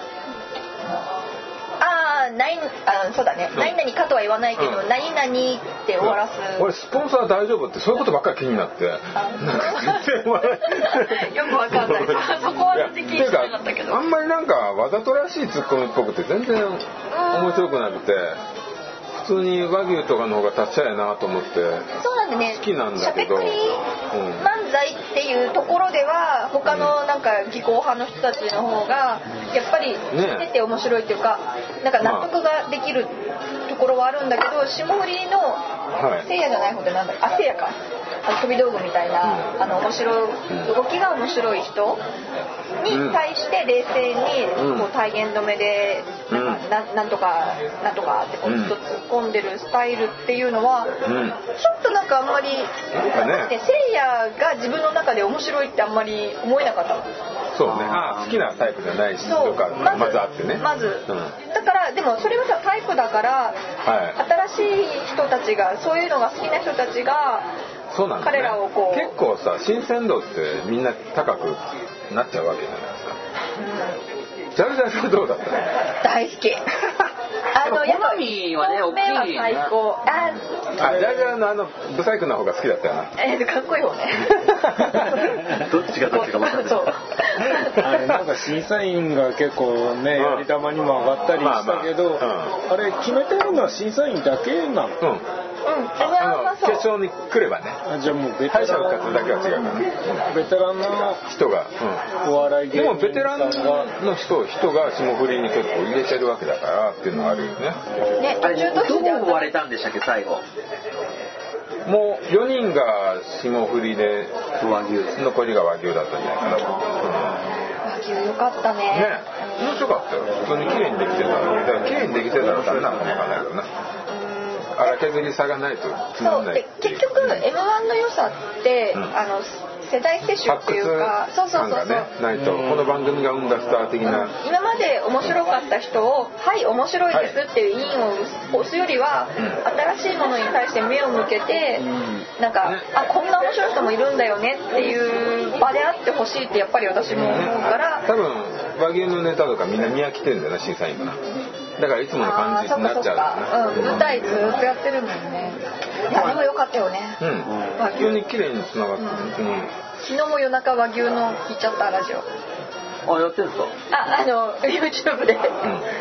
ああないあそうだね何々かとは言わないけど、
うん
何々って終わらす、
俺スポンサー大丈夫ってそういうことばっかり気になってなんか全然笑え
よくわかんない そこは全然気にしてなかったけ
い
ど
やあんまりなんかわざとらしいツッコミっぽくて全然面白くなくて普通に和牛とかの方が達者やなと思って
そうなんでね
好きなんだけど
しゃべくり
うん
漫才っていうところでは他のなんか技巧派の人たちの方がやっぱり聞いてて面白いっていうかなんか納得ができるところはあるんだけど霜降りの
はい
せいやじゃない方ってなんだっけあせいやかあの飛び道具みたいな、あの面白い動きが面白い人に対して冷静にこう体言止めでなんかななんとかなんとかってこうずっと突っ込んでるスタイルっていうのは
うん
ちょっとなんかあんまり
なんかね
せいやが自分の中で面白いってあんまり思えなかった
そうねあ好きなタイプじゃないし
そ
と
う
かまずあってね
まず、
うん
だからでもそれはさタイプだから
はい
新しい人たちがそういうのが好きな人たちが
そうなんだね
彼らをこう
結構さ新鮮度ってみんな高くなっちゃうわけじゃないですかジャルジャルはどうだった
大好きあのやっぱ
好みはね
一本目
大きいよ
は
ね
最高あ
あジャルジャルのあのブサイクな方が好きだったよな
えーかっこいい方ね
どっちがどっちか分かんない
そう
あれなんか審査員が結構ね
うん
やり玉にも上がったりしたけど
まあ
あれ決めてるのは審査員だけなの
うん
うん自分
あ
は
の
そう
決勝に来ればね
あじゃあもうベテ
敗
ラン
者復活だけは違うからね
ベテランの
人が、
お笑い
うん、で
芸
も
人
ベテラン
さんが
の人人が霜降りに結構入れてるわけだからっていうのはあるよね
ね途中
ど
途中であっ
う
た
割れたんでしたっけ最後
もう4人が霜降りで
和牛です
残りが和牛だったんじゃないかな、うん
和牛よかったね
ね面白かったよ普通に綺麗にできてたのだから綺麗にできてたらダメなのかもわかんないけどな荒削り差がないとつま
そ
ん
う
ない
で結局 m 1の良さって、
うん
あの世代接種っていうかそうそ
感
うそうそ
が
う、
ねないとこの番組が生んだスター的な
今まで面白かった人を「はい面白いです」っていう印を押すよりは、新しいものに対して目を向けて、なんか、
ね
あこんな面白い人もいるんだよねっていう場であってほしいってやっぱり私も思うから、
多分和牛のネタとかみんな見飽きてるんだよな審査員がなだからいつもの
あ
感
ー
じ
そっ
にな
かそ
っ
っ
ちゃう
か、うん、
んだよな
舞台ずっとやってるもんねいやでもよかったよね、
うん
和牛
急に綺麗につながって別に
昨日も夜中和牛の聞いちゃったラジオ
あやってんすか
ああの YouTube で、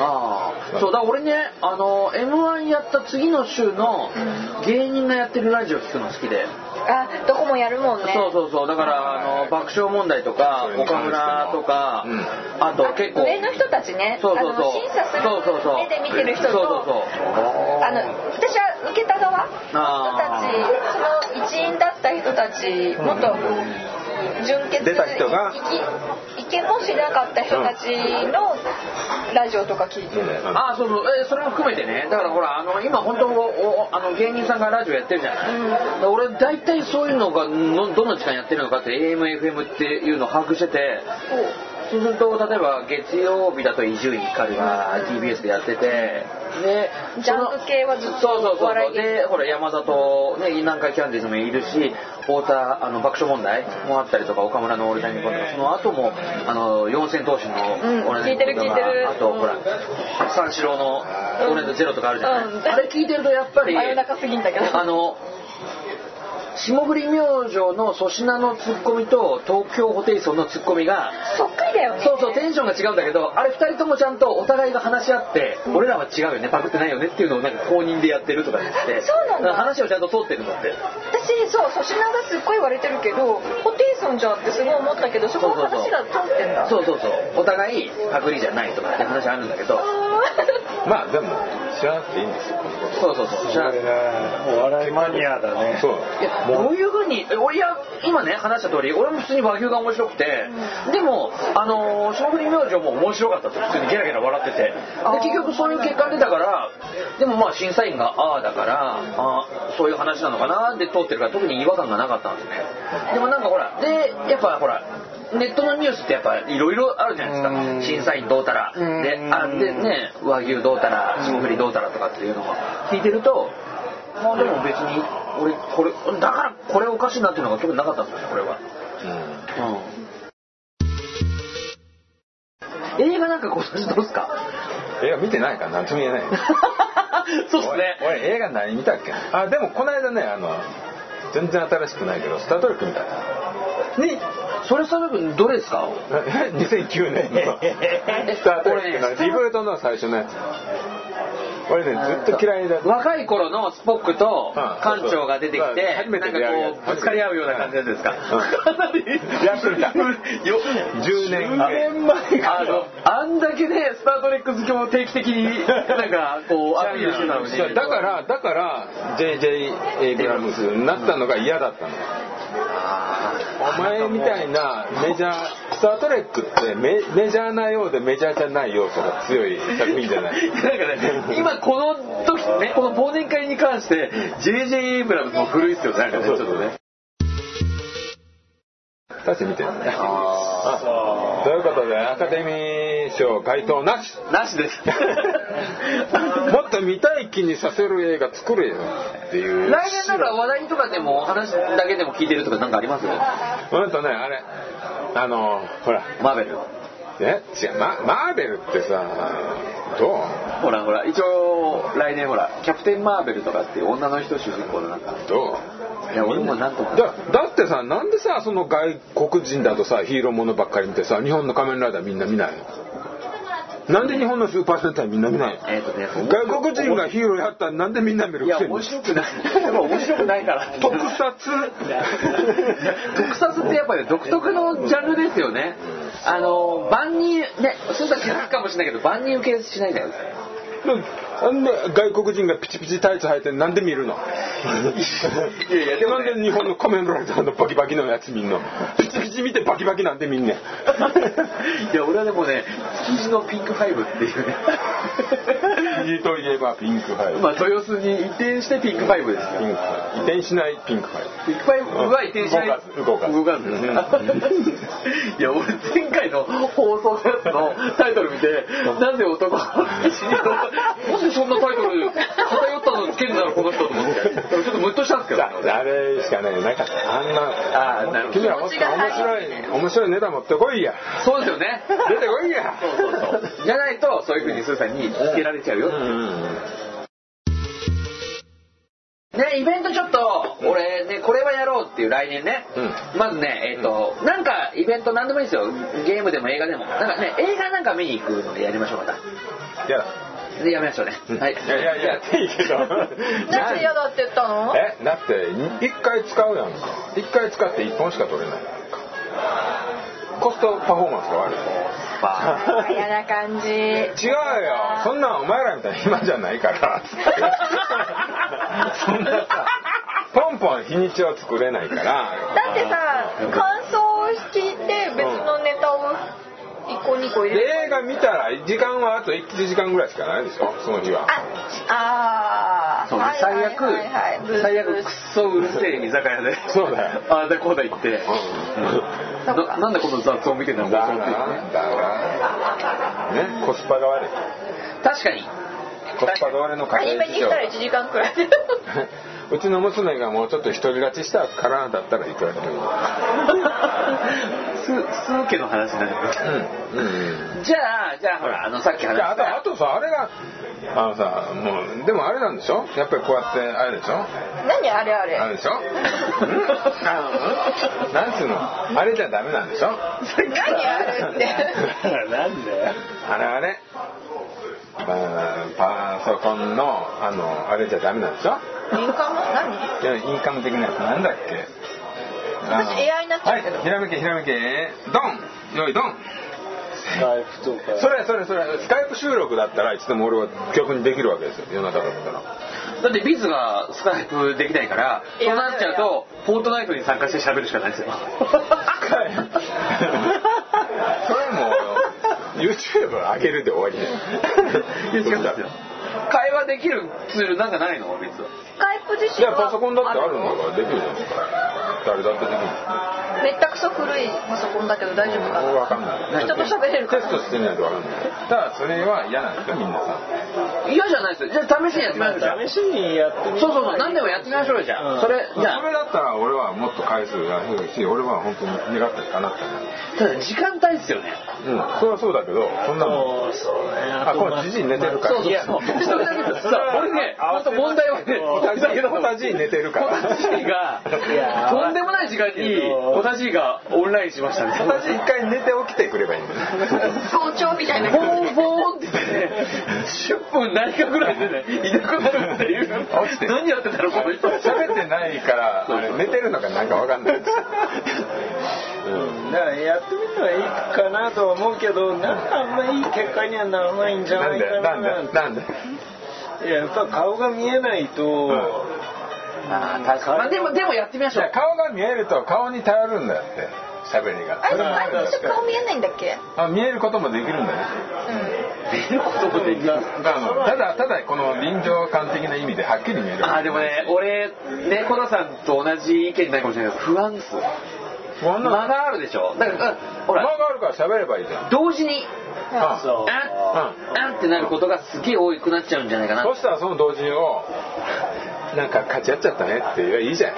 ああそうだから俺ねあの m 1やった次の週の芸人がやってるラジオ聞くの好きで、
あどこもやるもんね
そうそうそうだからあの爆笑問題とか
そういう
岡村とか、
うん
あと結構
上の人たちね
そうそうそう
あの審査する
そうそうそう
目で見てる人と
そうそうそう
あの私は受けた側
あ
人たちその一員だった人たちもっと純潔
出た人が
いき意見もしなかった人たちのラジオとか聞いてる、
うん
ああそうそうえーそれも含めてねだからほらあの今本当おおあの芸人さんがラジオやってるじゃない、
うん
だから俺大体そういうのがのどの時間やってるのかって AMFM っていうのを把握しててそうすると例えば月曜日だと伊集院光が TBS でやっててで
ジャンク系はずっと
そうそう
お
そう
笑
そ
いう芸人
でほら山里ね南海キャンディーズもいるし太田あの爆笑問題もあったりとか岡村の「オールナイトニッポン」とかその後もあの四千頭身の
うん
オールナイトニッポン」と
聞いてる聞いてる
かあとほら三四郎の「オールナイトゼロ」とかあるじゃない、
うん
あれ聞いてるとやっぱり
真夜中すぎんだけど
あの霜降り明星の粗品のツッコミと東京ホテイソンのツッコミが
そっくりだよね
そうそうテンションが違うんだけどあれ2人ともちゃんとお互いが話し合って、俺らは違うよねパクってないよねっていうのをなんか公認でやってるとか言って
そうなんだ
話をちゃんと通ってるんだって
私そう粗品がすっごい言われてるけどホテイソンじゃんってすごい思ったけどそこの話が通ってんだ
そうそうそうお互いパクリじゃないとかって話あるんだけど
まあでも知らなくていいんですよこのこと
そうそうそう知らなくて
お笑いマニアだね
そう
いやどういうふうにえ俺いや今ね話した通り俺も普通に和牛が面白くて、でもあのー霜降り明星も面白かったと普通にゲラゲラ笑っててで結局そういう結果が出たからでもまあ審査員がああだからあーそういう話なのかなで通ってるから特に違和感がなかったんですねでもなんかほらでやっぱほらネットのニュースってやっぱいろいろあるじゃないですか審査員どうたら
うん
であでね和牛どうたら霜降りどうたらとかっていうのを聞いてるとまあでも別に俺これだからこれおかしいなっていうのが特になかったんですよこれは、
うん
映画なんか今年どうっすか
映画見てないから何とも言えない
そうですね
俺俺映画何見たっけあでもこの間ねあの全然新しくないけど「スター・トレック」見た
ねそれさらくどれですか
え2009年 の「スター・トレック」のリブートの最初のやつ俺ねずっと嫌いだった
若い頃のスポックと
うん
館長が出てきて、
初め
な
て
んか
出会うやつ
こうぶつかり合うような感じなんですか、 かなり
やってみた
よ
10年
あ
前
あのあんだけねスター・トレック好きも定期的になんかこうアピールしてたのに
だからだから JJ エイブラムスになったのが嫌だったのお前みたいなメジャー「スター・トレック」ってメメジャーなようでメジャーじゃない要素が強い作品じゃな
な
い
んかね、今この時ね、この忘年会に関して、JJ エイブラムズも古いっすよね、なんかね、ちょっとね。
確かに見てるねあということでアカデミー賞該当なし
な しです。
もっと見たい気にさせる映画作れよっていう
来年なんか話題とかでも、お話だけでも聞いてるとかなんかあります
うんとねあれあのほら
マーベル。
え違うママーベルってさどう
ほらほら、一応、来年ほら、キャプテンマーベルとかっていう女の人主人公のなんか、
どう
いや、俺もなんとも
だ。だってさなんでさその外国人だとさヒーローものばっかり見てさ日本の仮面ライダーみんな見ないのなんで日本のスーパー戦隊みんな見ないの
えっ、ー、とね、
外国人がヒーローやったらなんでみんな見
い
るく
や、
せに
面白くない。でも面白くないから。
特撮
特撮ってやっぱね独特のジャンルですよねあの万人ねそれだけかもしれないけど万人受けしないじゃないですか
なんで外国人がピチピチタイツ履いてなんで見るの
いやいやでも
なんで日本の仮面ライダーのバキバキのやつ見んのピチピチ見てバキバキなんで見んねん
いや俺はでもね築地のピンクファイブっていうね
右といえばピンクハイ
まあ豊洲に移転してピンクファイブですよ
ピンクハイ移転しないピンクハイ
ピンクファイブは移転しない
動かず
動
動
か
か
ず
ず
ですねいや俺前回の放送のやつのタイトル見てなんで男は必死になんでそんなタイトル偏ったのつけるんだろうこの人と思ってちょっとムッとしたんですけどね俺
あれしかねなかったあんな
ああなるほ
君
ど
らもっと面白い面白いネタ持ってこいや
そうですよね
出てこいや
そうそうそうじゃないとそういうふうにスーさんにつけられちゃうよ
うんうんうん
ね、イベントちょっと、俺ね、これはやろうっていう来年ね、
う
まずね、えっ、と、なんかイベント何でもいいですよ。ゲームでも映画でも。なんかね、映画なんか見に行くのでやりましょう、また。
やだ
で、やめましょうね。はい。
いやいやいやっていいけど
なんで嫌だって言ったの
えだって一回使うやんか一回使って一本しか取れないコストパフォーマンスが悪い
まあ
嫌な感じ違
違うよそんなんお前らみたいな暇じゃない からつってそんなさポンポン日にちを作れないから
だってさ感想を聞いて別のネタを一個二個入
で
れる
映画見たら時間はあと1時間ぐらいしかないでしょその日は
ああー
そうね
はい
最
はい
悪、
はいはいブース
最悪、くっそうるせえ居酒屋で。
そうだよ
ああ、で、こうだ言って。
う
ななんでこの雑音見てんだ
んだ
ろう、そ
か
うっていうね
らだからねコスパが悪い
確かに。
コスパが悪いの家
アニ
庭
メに
事
し
情
たら1時間くらい
うちの娘がもうちょっと独り勝ちしたからだったらいくらでもいい
す、すーけの話になる。
うんうんうん
じゃあ、じゃあ、ほら、あの、さっき話
じゃあ
し
あと
た
あ。とさあれがあのさもうでもあれなんでしょやっぱりこうやってあれでしょ
何あれあれ
あれでしょあのなんつうのあれじゃダメなんでしょ
何あれって
なんで
あれあれパパソコンのあのあれじゃダメなんでしょ
民間の何
いやインカム的なやつなんだっけ
私 AI になっちゃうけど
はいひらめけひらめけドンよいドン
スカイプとか
それそれそれスカイプ収録だったらいつでも俺は逆にできるわけですよ夜中だった
だ
ら
ってビーズがスカイプできないから
い
そう
や
なっちゃうとフォートナイトに参加して喋るしかないですよ
それもう YouTube 上げるで終わりね
いや違うんですよ会話できるツールなんかないのビーズ
スカイプ自
い
身
や
は
パソコンだってあるんだからできるじゃないですか誰だってできる
めったくそ古いパソコンだけど大丈夫かな
わかんない
人と喋れるか
テス
ら
トしてみないとわかんないただそれは嫌なんですよみんなさ
嫌じゃないですよじゃあ試しにやってみましょう
試しにやってみ
そうそうそう何でもやってみましょうよじゃあ、
うん
それ
そ
じゃあ
れだったら俺はもっと回数が減るし俺は本当に願ってるかなって
ただ時間帯ですよね
思ううんそれはそうだけどそんなの
そうそうね
あこれじじい寝てるから
そうそう そうそれだけですさあ俺ね本当問題はね
おたじいおたじい寝てるから
ポタジーがとんでもない時間にポタジーがオンラインしましたね
おたじい一回寝て起きてくればいいんだよ
校長みたいな
ボーンボーンってね10分何かぐらいでねいなくなるって いう
落ちてる
何やってたのこの人
喋ってないからあれ寝てるのかなんかわかんないです
うんだからやってみるのはいいかなとは思うけどなんかあんまいい結果にはならないんじゃ
な
なんい
で
か
な
なんなん
で
て
なんで
いややっぱ顔が見えないと、
あー確かにまあでもでもやってみま
い
しょ
や
う
顔が見えると顔に頼るんだって喋りが
あれでも
そ
あ
れもあ
れ
るんだ
最
って
初顔見えないんだっけ
あ見えることもできるんだね
出ることもできる
だからあのただただこの臨場感的な意味ではっきり見える
あーでもね俺ねコナさんと同じ意見になるかもしれないけど不安です
不安
間
なの
があるでしょだからうんほ
間
ら
があるから喋ればいいじゃん
同時に
あ
あ
そ
ん
う
あんってなることがすげえ多くなっちゃうんじゃないかな
そしたらその同時をなんか勝ち合っちゃったねって言えばい いじゃん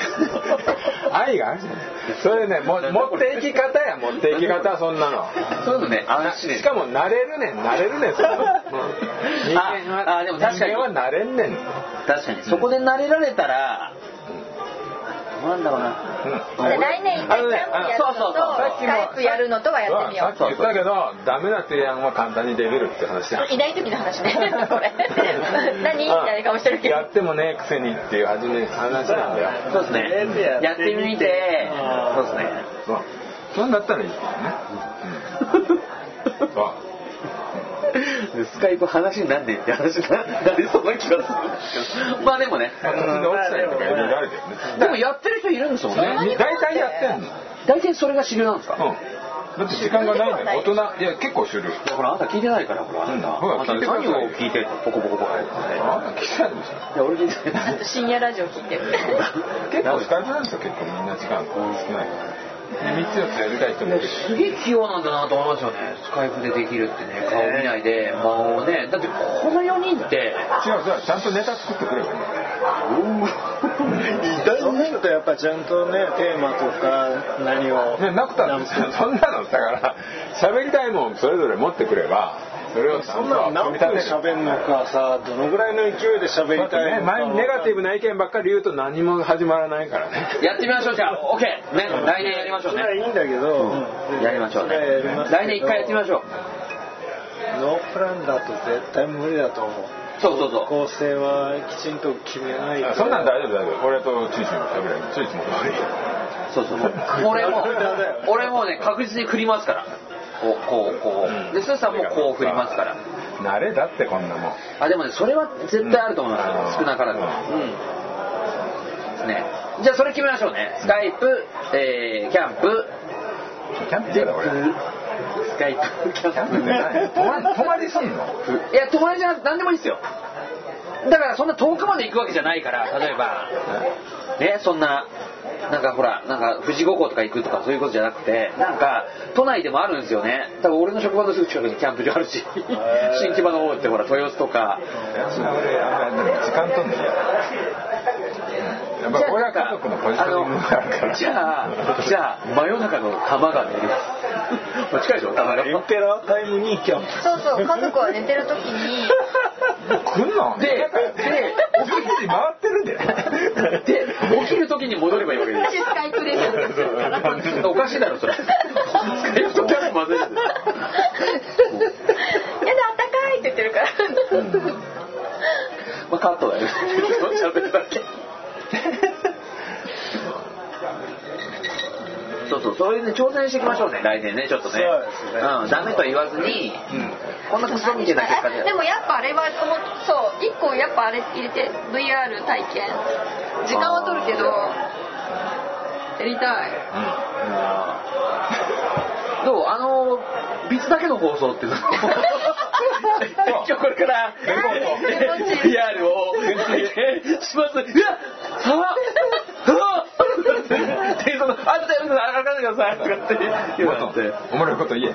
愛があるじゃんそれねも持っていき方や持っていき方そんなの
そういうのね安心ね
しかも慣れるねん慣れる ねんそんなのうん人間は
ああでも確かに
人間は慣れんねん、うん、
確かにそこで慣れられたらなんだろうな
あれ来年一回キャンプやるの
あのねあ
のそうそうそうさ
と
っきも
スカイプやるのとはやってみ
さ
よ
っき
う
言ったけどダメな提案は簡単にできるって話だ
いない時の 話ねこれ何みたいな顔してるけど
やってもねえくせにっていう初め話なんだよ
そうですねやってみて
あー
そうですね
そうそんだったらいいですよね、うん、そう
スカイプ話になんねえって話にななりそうな気がするまあでもね
まあ途中で落ちたりとかいろいろあるけどね
でもやってる人いるんですもんね
ね大体やってんの
大体それが主流なんですか
うんだって時間がないんだよ大人いや結構主流
いやほらあんた聞いてないからほらあんた
うんほら
あんた
聞いてください
何
よ
を聞いてるのポコポコポコやって
あ
ね
なた聞いてないでしょ
いや俺聞いてな
あ
い
と深夜ラジオ聞いてる
結構スカイプなんですよ結構みんな時間少ないからで3つ4つやりたい人もいるし
すげえ器用なんだなと思いますよねスカイプでできるってね顔見ないで間をねだってこの4人って
違うそれはちゃんとネタ作ってくればいいんだよ
そうなるとやっぱちゃんとねテーマとか何を
ねなくたら別にそんなのだから喋りたいもんそれぞれ持ってくればそれをちゃ
そ
ん
ん
と
なの
組み
何分
立てる
喋んのかさどのぐらいの勢いで喋
だ
り
って
たい
ね
のか
前にネガティブな意見ばっかり言うと何も始まらないからね
やってみましょうじゃあ OK ね来年やりましょう
それは
ね
いいんだけど、うん
やりましょうね
それはやりますけど
来年一回やってみましょう
ノープランだと絶対無理だと思う
そうそうそう
構成はきちんと決めないと
あそんなん大丈夫大丈夫俺とチーチも喋れるチーチも喋れる
そうそうそう俺も俺もね確実に振りますからこうこうこうでスーさんもこう振りますから
慣れだってこんなもん
あでもねそれは絶対あると思います、
うん
少なからず
うん
うんねじゃあそれ決めましょうねスカイプ、えーキャンプ
キャンプ嫌だ俺
スカイプキャンプ
泊ま泊まりすんの
いや泊まりじゃな何でもいいですよだからそんな遠くまで行くわけじゃないから例えばねそんななんかほらなんか富士五湖とか行くとかそういうことじゃなくてなんか都内でもあるんですよね多分俺の職場のすぐ近くにキャンプ場あるし新木場の方ってほら豊洲とか
俺あんまり時間取んの嫌だやっぱ俺は家族のポジショニングがあるから
じゃあじゃあ真夜中の玉が寝るこっちかでしょ玉が
エンペラータイムにキャンプ
そうそう家族は寝てる時 に
来んの
でで
おきり回ってるんだよ
で起きる時に戻ればいいわけで
私スカイプでやってるから
すおかしいだろそれ使いとキャンプ混ぜるんだよ
やだあったかいって言ってるから
まあ、カットだよね。喋るだけ。そうそう、そういうね、挑戦していきましょうね、来年ね、ちょっとね。
そうですね
ん、ダメと言わずに、こんなクソみたいな結果で。
でもやっぱあれは思っそう一個やっぱあれ入れて VR 体験時間は取るけどやりたい
うんどう、あの、ビツだけの放送って いうの。一応これから
レポート
PR をしますうわっさあさあっていうそのあんたよくあらかんでください」とかって言うのって。
おもろいこと言え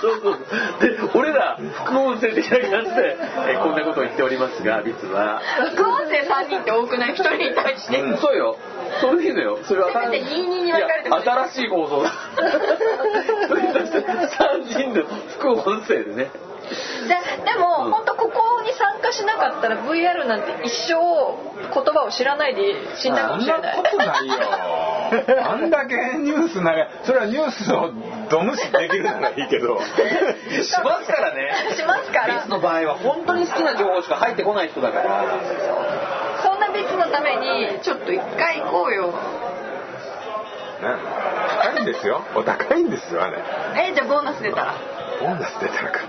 そうそうで俺ら副音声的な感じで、えーこんなことを言っておりますが実は
副音声3人って多くない1人に対して、
うんそうよそれいいのよそれは
だって
新しい
二人に分かれて
いや
ます
新しい放送だそれに対して3人の副音声でね
じゃあでも、
うん
本当ここに参加しなかったら VR なんて一生言葉を知らないで死んだか
そ
も
ん
し
な
れない
ことない よあんだけニュース流れそれはニュースをド無視できるならいいけど
しますからね
しますから
スの場合は本当に好きな情報しか入ってこない人だから
そんな別のためにちょっと一回行こうよ
ね高いんですよお高いんですよあれ
えじゃあボーナス出たら
ボーナス出たらか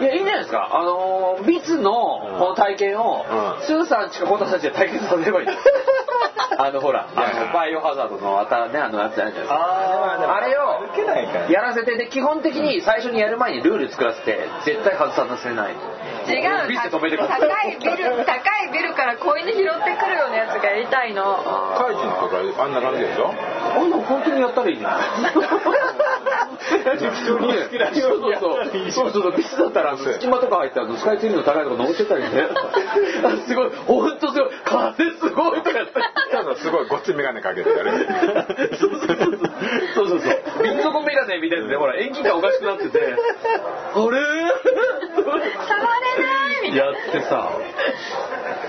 いやいいんじゃないですかあのービツのこの体験を、
うん
スーさんちかコタさんちで体験させればいいあのほらあのバイオハザードのあたねあのやつあるじゃないですかあれを
歩けないから
やらせてで基本的に最初にやる前にルール作らせて絶対外させない
違う
ビスで止めてください
高いビル高いビルから子犬拾ってくるようなやつがやりたいの
カイジンとかあんな感じでしょ
あんなの本当にやったらいいじゃない
人に好きな
そ
よ
うそうそうそうそうそうビスだったらあの隙間とか入ってあのスカイツリーの高いとこ登ってったりねあすごい本当すごい風すごいとか やって
ただすごいごっち眼鏡かけてやる
そうそうそうそう そうそう民族メガネみたいなねほら遠近感おかしくなっててあれ
触れないみたい
やってさ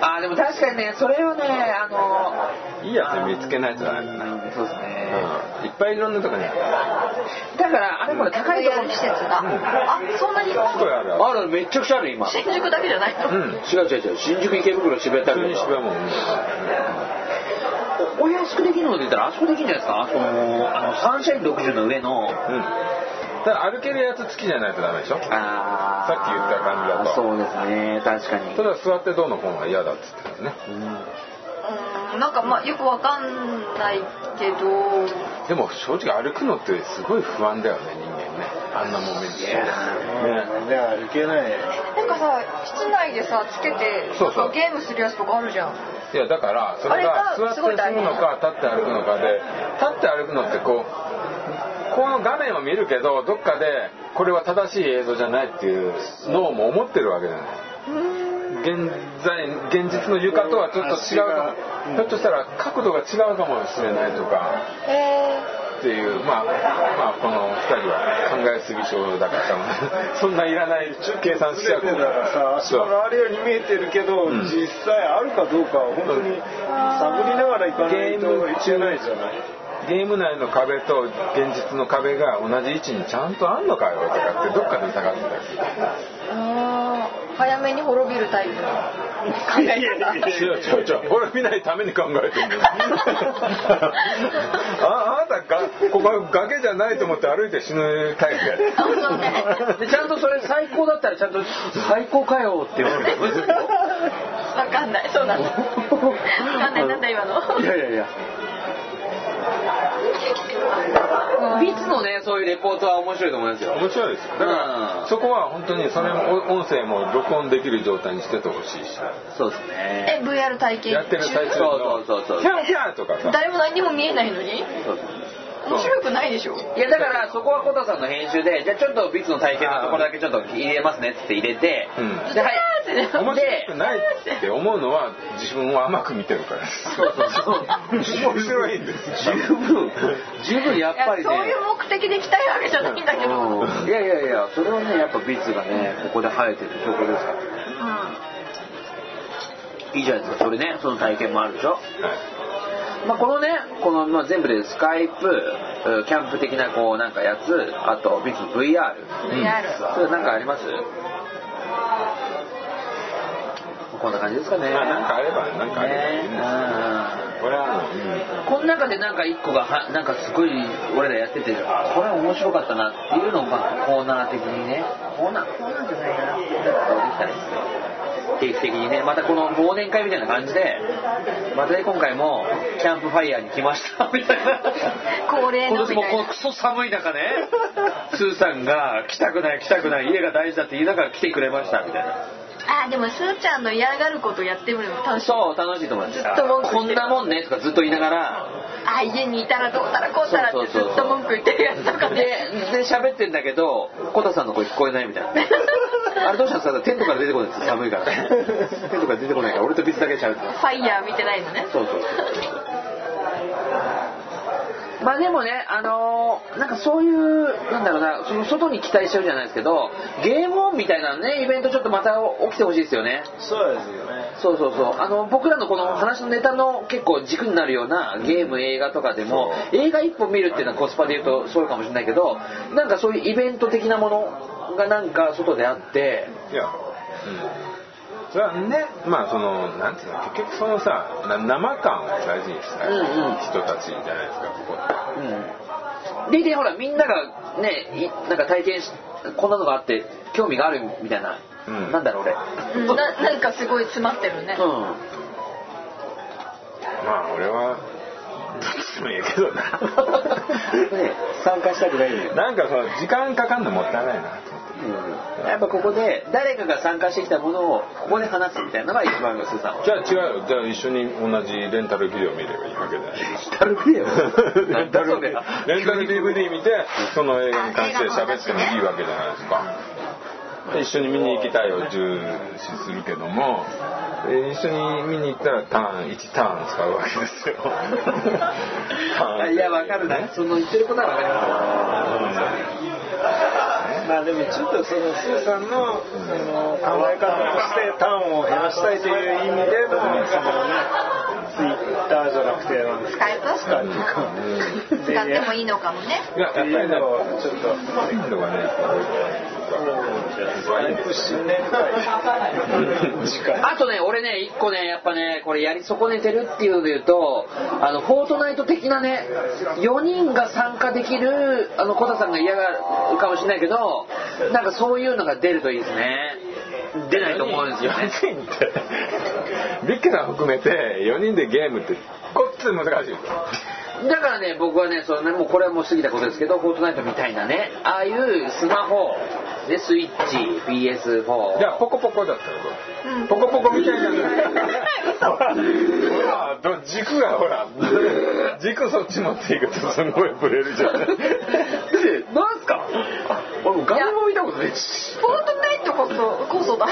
あーでも確かにねそれはねあの
いいやつ見つけないとダメだな
そうですね
うんいっぱいいろんなとこにある
だからあれこれ高いとこ
な施設だあそんなに
すごいあるあ
あるめっちゃくちゃある今
新宿だけじゃないの
るうん
違う違う違う新宿池袋渋谷ってあ
普
る
通に
けど
渋谷もうん
おお安くできるので言ったらあそこできるんじゃないですかあそこのあのサンシャイン60の上の
うんただ歩けるやつ付きじゃないとダメでしょ
あー
さっき言った感じだと
そうですね確かに
ただ座ってどうのこうのは嫌だっつってたよね
うん
うんなんかまあよくわかんないけど
でも正直歩くのってすごい不安だよね人間ねあんなもん目にしてね
ね歩けない
なんかさ室内でさつけて
そうそう
なんかゲームするやつとかあるじゃん
いやだからそれが
あれ
座
が
って
す
進
ごい大
む
変
のか立って歩くのかで立って歩くのってこうこの画面を見るけどどっかでこれは正しい映像じゃないっていう脳も思ってるわけじゃない現在現実の床とはちょっと違うかもひょっとしたら角度が違うかもしれないとか
え
っていうまあまあこの2人は考えすぎ症だから 多分そんないらない計算し
ず
ちゃ
れ
う
てたらさ足
そう
のあるように見えてるけど、
うん
実際あるかどうかは本当に探りながら行かないといけないじゃない
ゲーム内の壁と現実の壁が同じ位置にちゃんとあんのかよとかってどっかで疑ってたりする
ー、早めに滅びるタイプの考
違
え方
う違う違う俺見ないために考え てるんだよああなたがここは崖じゃないと思って歩いて死ぬタイプやで
あそうね
でちゃんとそれ最高だったらちゃんと「最高かよ」 って言われる
わかんないそうなのわかんないなんだ今の
いやいやいやビツのねそういうレポートは面白いと思いますよ
面白いですよだから
うん
そこは本当にそれも音声も録音できる状態にしててほしいし
そうですね
え VR 体験
やってる最中
そ
の
うそうそうそう
キャーキャーとかさ
誰も何にも見えないのに
そうです
面白くないでしょ
いやだからそこはコタさんの編集でじゃあちょっとビツの体験のところだけちょっと入れますねっつって入れて、
うん
ではい
面白く
で
ないって思うのは自分を甘く見てるからです
そうそうそう
面白いんです
十分十分やっ
いや
ぱりね
そういう目的で来たいわけじゃないんだけど、うん、
うんいやいやいやそれはねやっぱビツがねここで生えてる証拠ですからいいじゃないですかそれねその体験もあるでしょ
は
まあ、このねこの、まあ、全部でスカイプうんキャンプ的なこうなんかやつあとビッツ VR
ん
VR
それなんかありますこんな感じですかね
いまあなんかあればなんかあればいいんです
ね
よこれは
うんこの中でなんか一個がはなんかすごい俺らやっててこれ面白かったなっていうのをまあコーナー的にねコーナーコーナーじゃないかななんかできたらいいですね定期的にねまたこの忘年会みたいな感じでまたね今回もキャンプファイヤーに来ましたみたい な
恒例
今
の
年
み
も
たい
この
な
クソ寒い中ねスーさんが来たくない来たくない家が大事だって言いながら来てくれましたみたいな
あでもすーちゃんの嫌がることやってみるの楽しい
そう楽しいと思います
ずっと文句
こ
言って
ん
る
なもんねとかずっと言いながら
あ家にいたらどうたらこうたらってずっと文句言ってるやつとかね
で喋ってんだけどコタさんの声聞こえないみたいなあれどうしたんですかテントから出てこないです寒いからテントから出てこないから俺とビズだけで喋ってます
ファイヤー見てないのね
そうそうまあでもねあのーなんかそういうなんだろうなその外に期待してるじゃないですけどゲームオンみたいなねイベントちょっとまた起きてほしいですよね
そうですよね
そうそうそうあの僕らのこの話のネタの結構軸になるようなゲーム映画とかでも映画一本見るっていうのはコスパで言うとそうかもしれないけどなんかそういうイベント的なものがなんか外であって
いや、うん、それはねまあそのなんていうの結局そのさな生感を大事にしたい
うんうん
人たちじゃないですかここって
うんででほらみんながねいなんか体験しこんなのがあって興味があるみたいな、
うん
なんだろう俺
うんななんかすごい詰まってるね
うん
まあ俺はどっちでもいいけどな
ね参加したくないよ
なんかその時間かかんのもったいないな
うんやっぱここで誰かが参加してきたものをここで話すみたいなのが一番のスーさんは
じゃあ違うよじゃあ一緒に同じレンタルビデオ見ればいいわけじゃない
タルビデオ
レンタルレンタル DVD 見てその映画に関して喋ってもいいわけじゃないですかで一緒に見に行きたいを重視するけどもで一緒に見に行ったらターン1ターン使うわけですよターン
いやわかるなその言ってることはわかりま
まあでもちょっとそのスーさんのその考え方としてターンを減らしたいという意味で僕もそのねツイッターじゃなくてなんです
ス
か
カイプ
使ってか
う
使ってもいいのかもね
いややっぱりね
っていうのはちょっと
インドがね
ワイプ新年会次回
すあとね俺ね一個ねやっぱねこれやり損ねてるっていうので言うとあのフォートナイト的なね4人が参加できるあのコタさんが嫌がるかもしれないけどなんかそういうのが出るといいですね出ないと思うんですよね
4人ってビッケさん含めて4人でゲームってこっちで難しいですよ
だからね僕はねそのねもうこれはもう過ぎたことですけどフォートナイトみたいなねああいうスマホでスイッチ PS4
じゃあポコポコだったらどう
うん
ポコポコみたいなの。ほらほらど軸がほら、軸そっち持っていくとすごいブレるじゃん。
なんすか俺も画面も見たことないし
フォートナイトこそこそだこ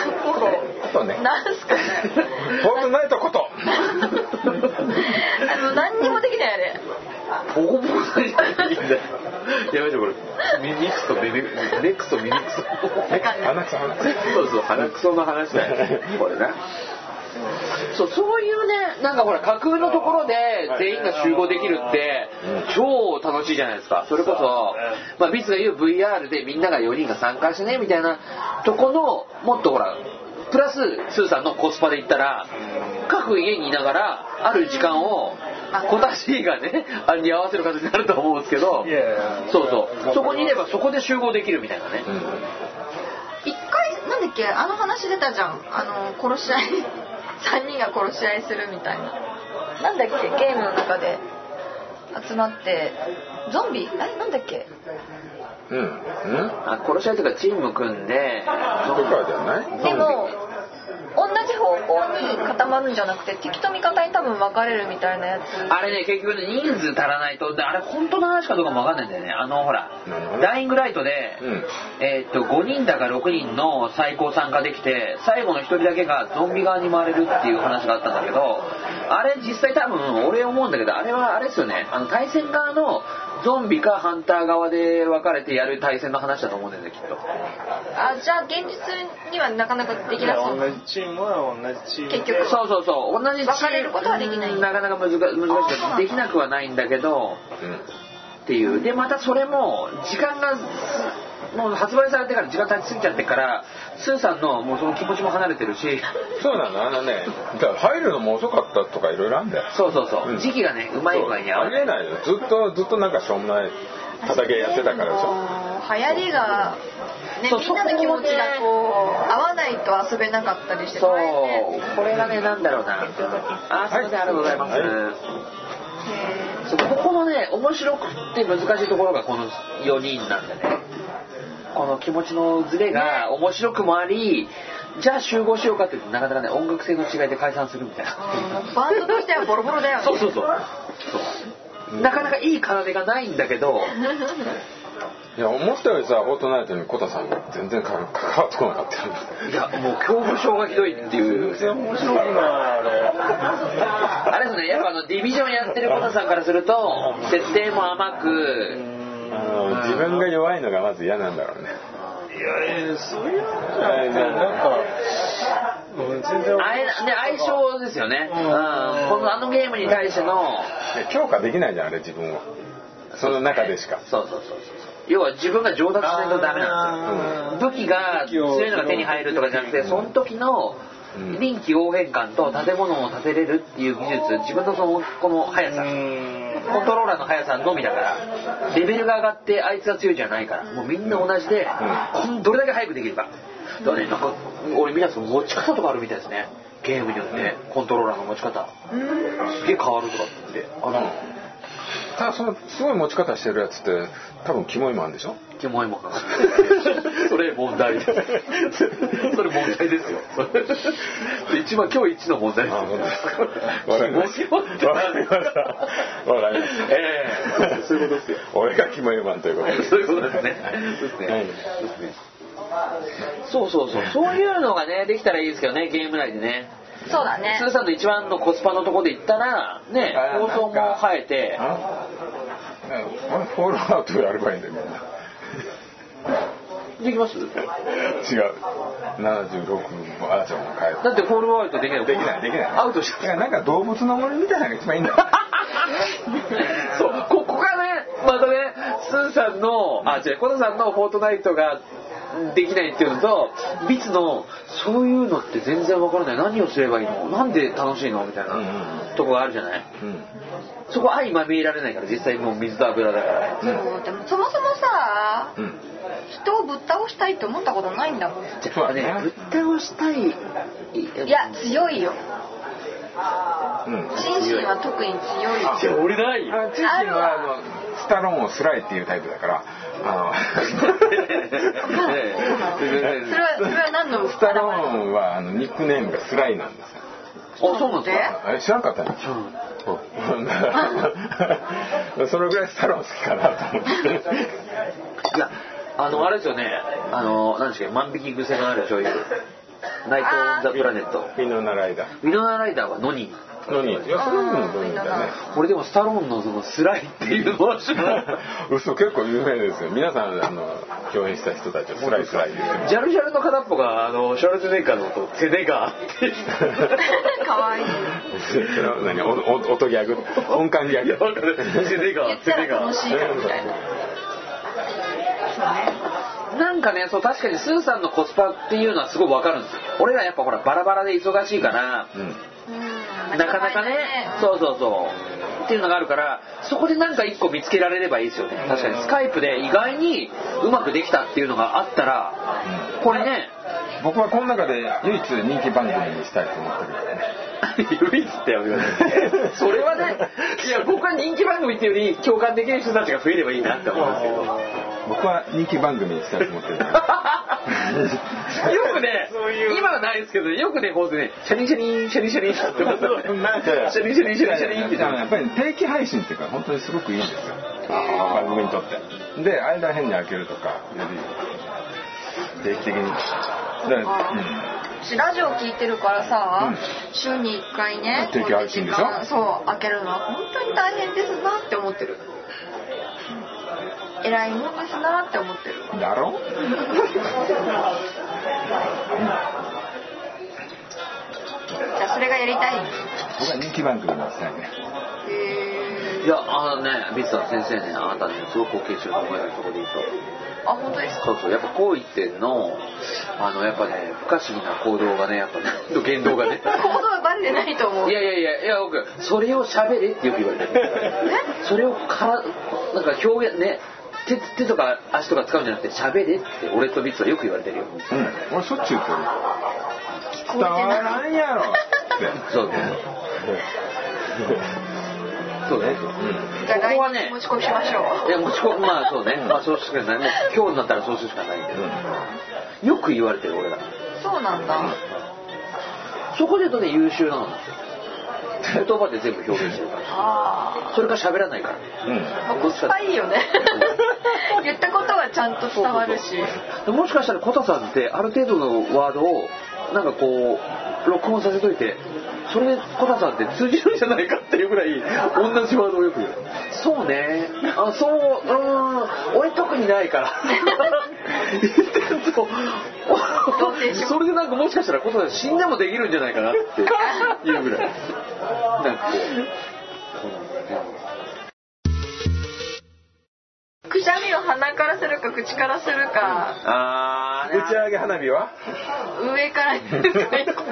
あ
そ
とね、
なんすかね
ホームナイトこと。
あの何にもできないあれ
ボコボコになってんだよやめてこれミミックスとベネネックスとミニックス
え、穴草穴草。
そうそう鼻くその話だよこれなそうそういうねなんかほら架空のところで全員が集合できるって超楽しいじゃないですかそれこそ、まあ、ビスが言う VR でみんなが4人が参加してねみたいなとこのもっとほらプラススーさんのコスパで言ったら各家にいながらある時間を小出しがねあれに合わせる形になると思うんですけど
いやいや
そうそうそこにいればそこで集合できるみたいなね
一回なんだっけあの話出たじゃんあの殺し合い 3人が殺し合いするみたいななんだっけゲームの中で集まってゾンビえなんだっけ
うん。うん。と
あ殺し合いというかチーム組んで
かじゃない
でも同じ方向に固まるんじゃなくて敵と味方に多分分かれるみたいなやつ
あれね結局ね人数足らないとであれ本当の話かどうかも分かんないんだよねあのほら
何
ダイイングライトで、
うん
えーっと5人だか6人の最高参加できて最後の1人だけがゾンビ側に回れるっていう話があったんだけどあれ実際多分俺思うんだけどあれはあれですよねあの対戦側のゾンビかハンター側で分かれてやる対戦の話だと思うんだよねきっと
あじゃあ現実にはなかなかできなそう
同じチームは同じチームで
結局
そうそうそう同じチーム
分かれることはできない
なかなか難難し
あ
いできなくはないんだけど
うん。
っていうでまたそれも時間がもう発売されてから時間経ちすぎちゃってからスーさんのもうその気持ちも離れてる し
そうなの、あのね、だから入るのも遅かったとかいろいろあんだよ。
そうそうそう、
うん
時期がねうまい具合に合
あ
わ
り
ない
えないよ。ずっと、ずっとなんかしょうもない叩けやってたからでしょ。
流行りが、ね、
そう
みんなの気持ちがこう合わないと遊べなかったりして
そう
これね
これがねなんだろうなあすいませんありがとうございます、
は
そうここのね面白くって難しいところがこの4人なんでねこの気持ちのズレが面白くもありじゃあ集合しようかって言ってなかなかね音楽性の違いで解散するみたいな
バンドとしてはボロボロだよね
そうそうそうそうなかなかいい奏がないんだけど
いや思ったよりさフォートナイトにコタさんが全然か関わってこなかったよね
いやもう恐怖症がひどいっていう
然面白いなあれ
あれですねやっぱあのディビジョンやってるコタさんからすると設定も甘く
あの自分が弱いのがまず嫌なんだろうね
いやいやそういうのじゃないななんか、うん、全然
あえね相性ですよね、うん、このあのゲームに対しての
で強化できないじゃんあれ自分をその中でしか
そうそうそうそう要は自分が上達しないとダメなんですよ武器が強いのが手に入るとかじゃなくてその時の
うん
臨機応変感と建物を建てれるっていう技術自分のそのこの速さコントローラーの速さのみだからレベルが上がってあいつが強いじゃないからもうみんな同じで、こんどれだけ早くできるかだからねなんか俺見たんですけど持ち方とかあるみたいですねゲームによってコントローラーの持ち方すげえ変わるとかってあの
ただそのすごい持ち方してるやつって多分キモいもあるんでしょ
キモいもんそれ問題ですそれ問題ですよ一番今日一の問題です
あ
よ
本当ですかわかりました
キモいもんって
わかりましたわかりました
ええそういうことですよ
俺がキモいマンということで
そういうことですねそうですね
はい
そうですねそうそうそうそういうのがねできたらいいですけどねゲーム内でね
そうだね
スーさんの一番のコスパのところで言ったらね
あ
放送も
なんか
生えて
ああフォールアウトやればいいんだよみんな
できます
違う76もあーちゃんも変え
だってフォールアウトできない
できないできない
アウトし
だ
た
からなんか動物の森みたいなのが一番いいんだよ
そう、ここがね、またね、スーさんの、あ、違う、コナさんのフォートナイトができないっていうのと、ビツの、そういうのって全然わからない。何をすればいいのなんで楽しいのみたい
うんうん
なとこがあるじゃない
うん
そこ相まみえられないから、実際もう水と油だから。
そうでもそもそもさ
うん
人をぶっ倒したいって思ったことないんだもん
じゃ
そう
あ
だね
ね、ぶっ倒したい。
い
い
や、強いよ
うん
心身は特に強いよ
いや俺ない
あのチンチンはあのスタローンをスライっていうタイプだからあ
それはそれは何の
のスタローンはあのニックネームがスライなんですよ
あ、そうなんですか
あれ知らん かったね
うん
そうそれぐらいスタローン好きかなと思って
いや、あの、あれですよね、あの、なんですか、万引き癖のある女優。ナイト・オン・ザ・プラネット。
フィノナライダ
ミノナ・ライダーはノニー。
ーのにいやそれでもどういうんだよね
俺でもスタローンのそのスライっていうのを知らない
嘘結構有名ですよ皆さんあの共演した人たちはスライスライ 言って
ジャルジャルの片っぽが、あの、シャルツェネッガーのこと、セネガー って。
可愛い
ますそれは何おお音ギャグ音感ギャ
いや、
グ
わ かる。セネガ
言っ
ー、セ
た
ネ
ら
ガ
楽
ー。
しいからみたいなそうね
なんかね、そう、確かにスーさんのコスパっていうのはすごいわかるんですよ。俺らやっぱほら、バラバラで忙しいから、
うん
うん
なかなかね、そうそうそう。っていうのがあるから、そこでなんか一個見つけられればいいですよね。確かに、スカイプで意外にうまくできたっていうのがあったら、これね、
僕はこの中で唯一人気番組にしたいと思ってるからね
唯一ってやめてください。それはね、いや、僕は人気番組っていうより共感できる人たちが増えればいいなって思うんですけど。
僕は人気番組にしたいと思ってるから
よくね、今はないですけど、よくね、こうでね、シャリンシャリン、シャリンシャリンって言ってますよね
なんか
シャリンシャリン、シャリンシャリンって。
やっぱり定期配信っていうか本当にすごくいいんですよ番組にとってで間変に開けるとかより定期的にだからうん
私ラジオ聞いてるからさ、
う
週に1回ね
定期配信でしょ
こうやって時間そう開けるのは本当に大変ですなって思ってる偉いもんですなって思ってる
だろうん
じゃあそれがやりたい
僕は人気番組にしたいね
へ
いや、あのね、水田先生ね、あなたね、すごく貢献してると思えるところで言うと。
ーあ本当ですか
そうそう、やっぱこう言ってんの、あの、やっぱね、不可思議な行動がね、やっぱね、言動がね。
行動バレてないと思う
いやいやいや、いや、僕、それを喋れってよく言われてる。それをから、なんか表現、ね、手、手とか足とか使うんじゃなくて、喋れって俺とビッツはよく言われてるよ。
うん俺しょっちゅう言ってる伝
聞こえて
わ
な
ら
い
んやろって
そうそう。そうね。
じゃあ
ここは
来
ね
年持ち込みしましょ
いうや、もちろん、まあそうね。まあそうするしかない。もう今日になったらそうするしかないけど。よく言われてる、俺ら。
そうなんだ
そこで言うとね、優秀なのなんですよ。言葉で全部表現してるから。
あ
それから喋らないから。
あまあコスパいい よね言ったことはちゃんと伝わるし
でもしかしたらコタさんってある程度のワードをなんかこう録音させといてそれでコタさんって通じるんじゃないかっていうぐらい同じワードをよく言うそうねあそううーん俺特にないから言ってると
同棲します
それでなんかもしかしたらコタさん死んでもできるんじゃないかなっていうぐ らいなんかこう
くしゃみを鼻からするか口からするか
あ
打ち上げ花火 は
上からす るか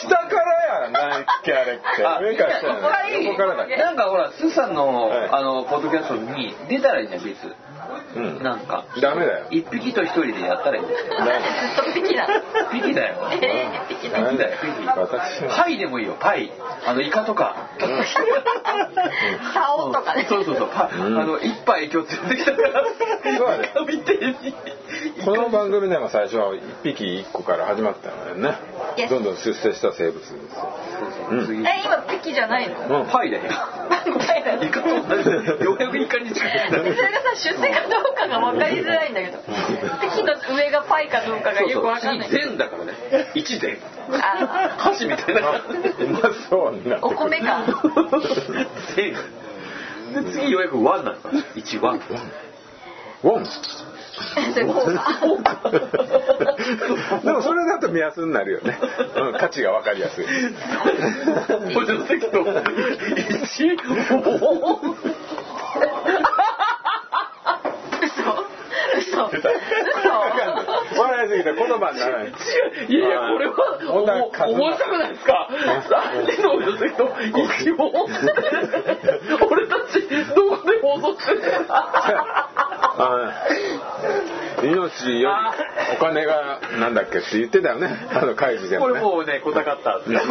下からやんないっけあれって
あ
上から下
ここがいい
横からだっ け
なんかほらスーさんの、
はい
あのポッドキャストに出たらいいじゃん別に
うん
なんか
ダメだよ
一匹と一人でやったらいいんですよ。
ずっとピキなの
一匹だよ。
えーピキな
ダ
の
メだよ私は
パイでもいいよ、パイ。あの、イカとか。
竿とかね
そうそうそう。パ
うん
あの、一杯今日連れてきたから、
そうだね
イカ見てるし
この番組でも最初は一匹一個から始まったのよね
Yes
どんどん出世した生物です ようん
次
え今ピキじゃ ないの
うん
パイだよ。
みたいな
イカと同じようやくイカに近 い。
それがさ出世かどうかが分かりづらいんだけど敵の上がパイかどうかが
そう
よく
そう
分かんない。
善だからね。一善。
あ
箸みたい な。
うまそうになってく
お
る
米か
善。で、次ようやくワンなのかな。一ワン。
ウォン
それこうか
でもそれだと目安になるよね、うん、価値が分かりやすい
補助席の一ワン。
嘘嘘
笑いすぎた言葉にならない
いやいや、これ
問題は
は、
数
お面白くないですか三人の女性と一応、俺たち、どこで放送してる
あー命よりお金がなんだっけって言ってたよねあの会議で
こ
もね
れもうね、こたかった。絶対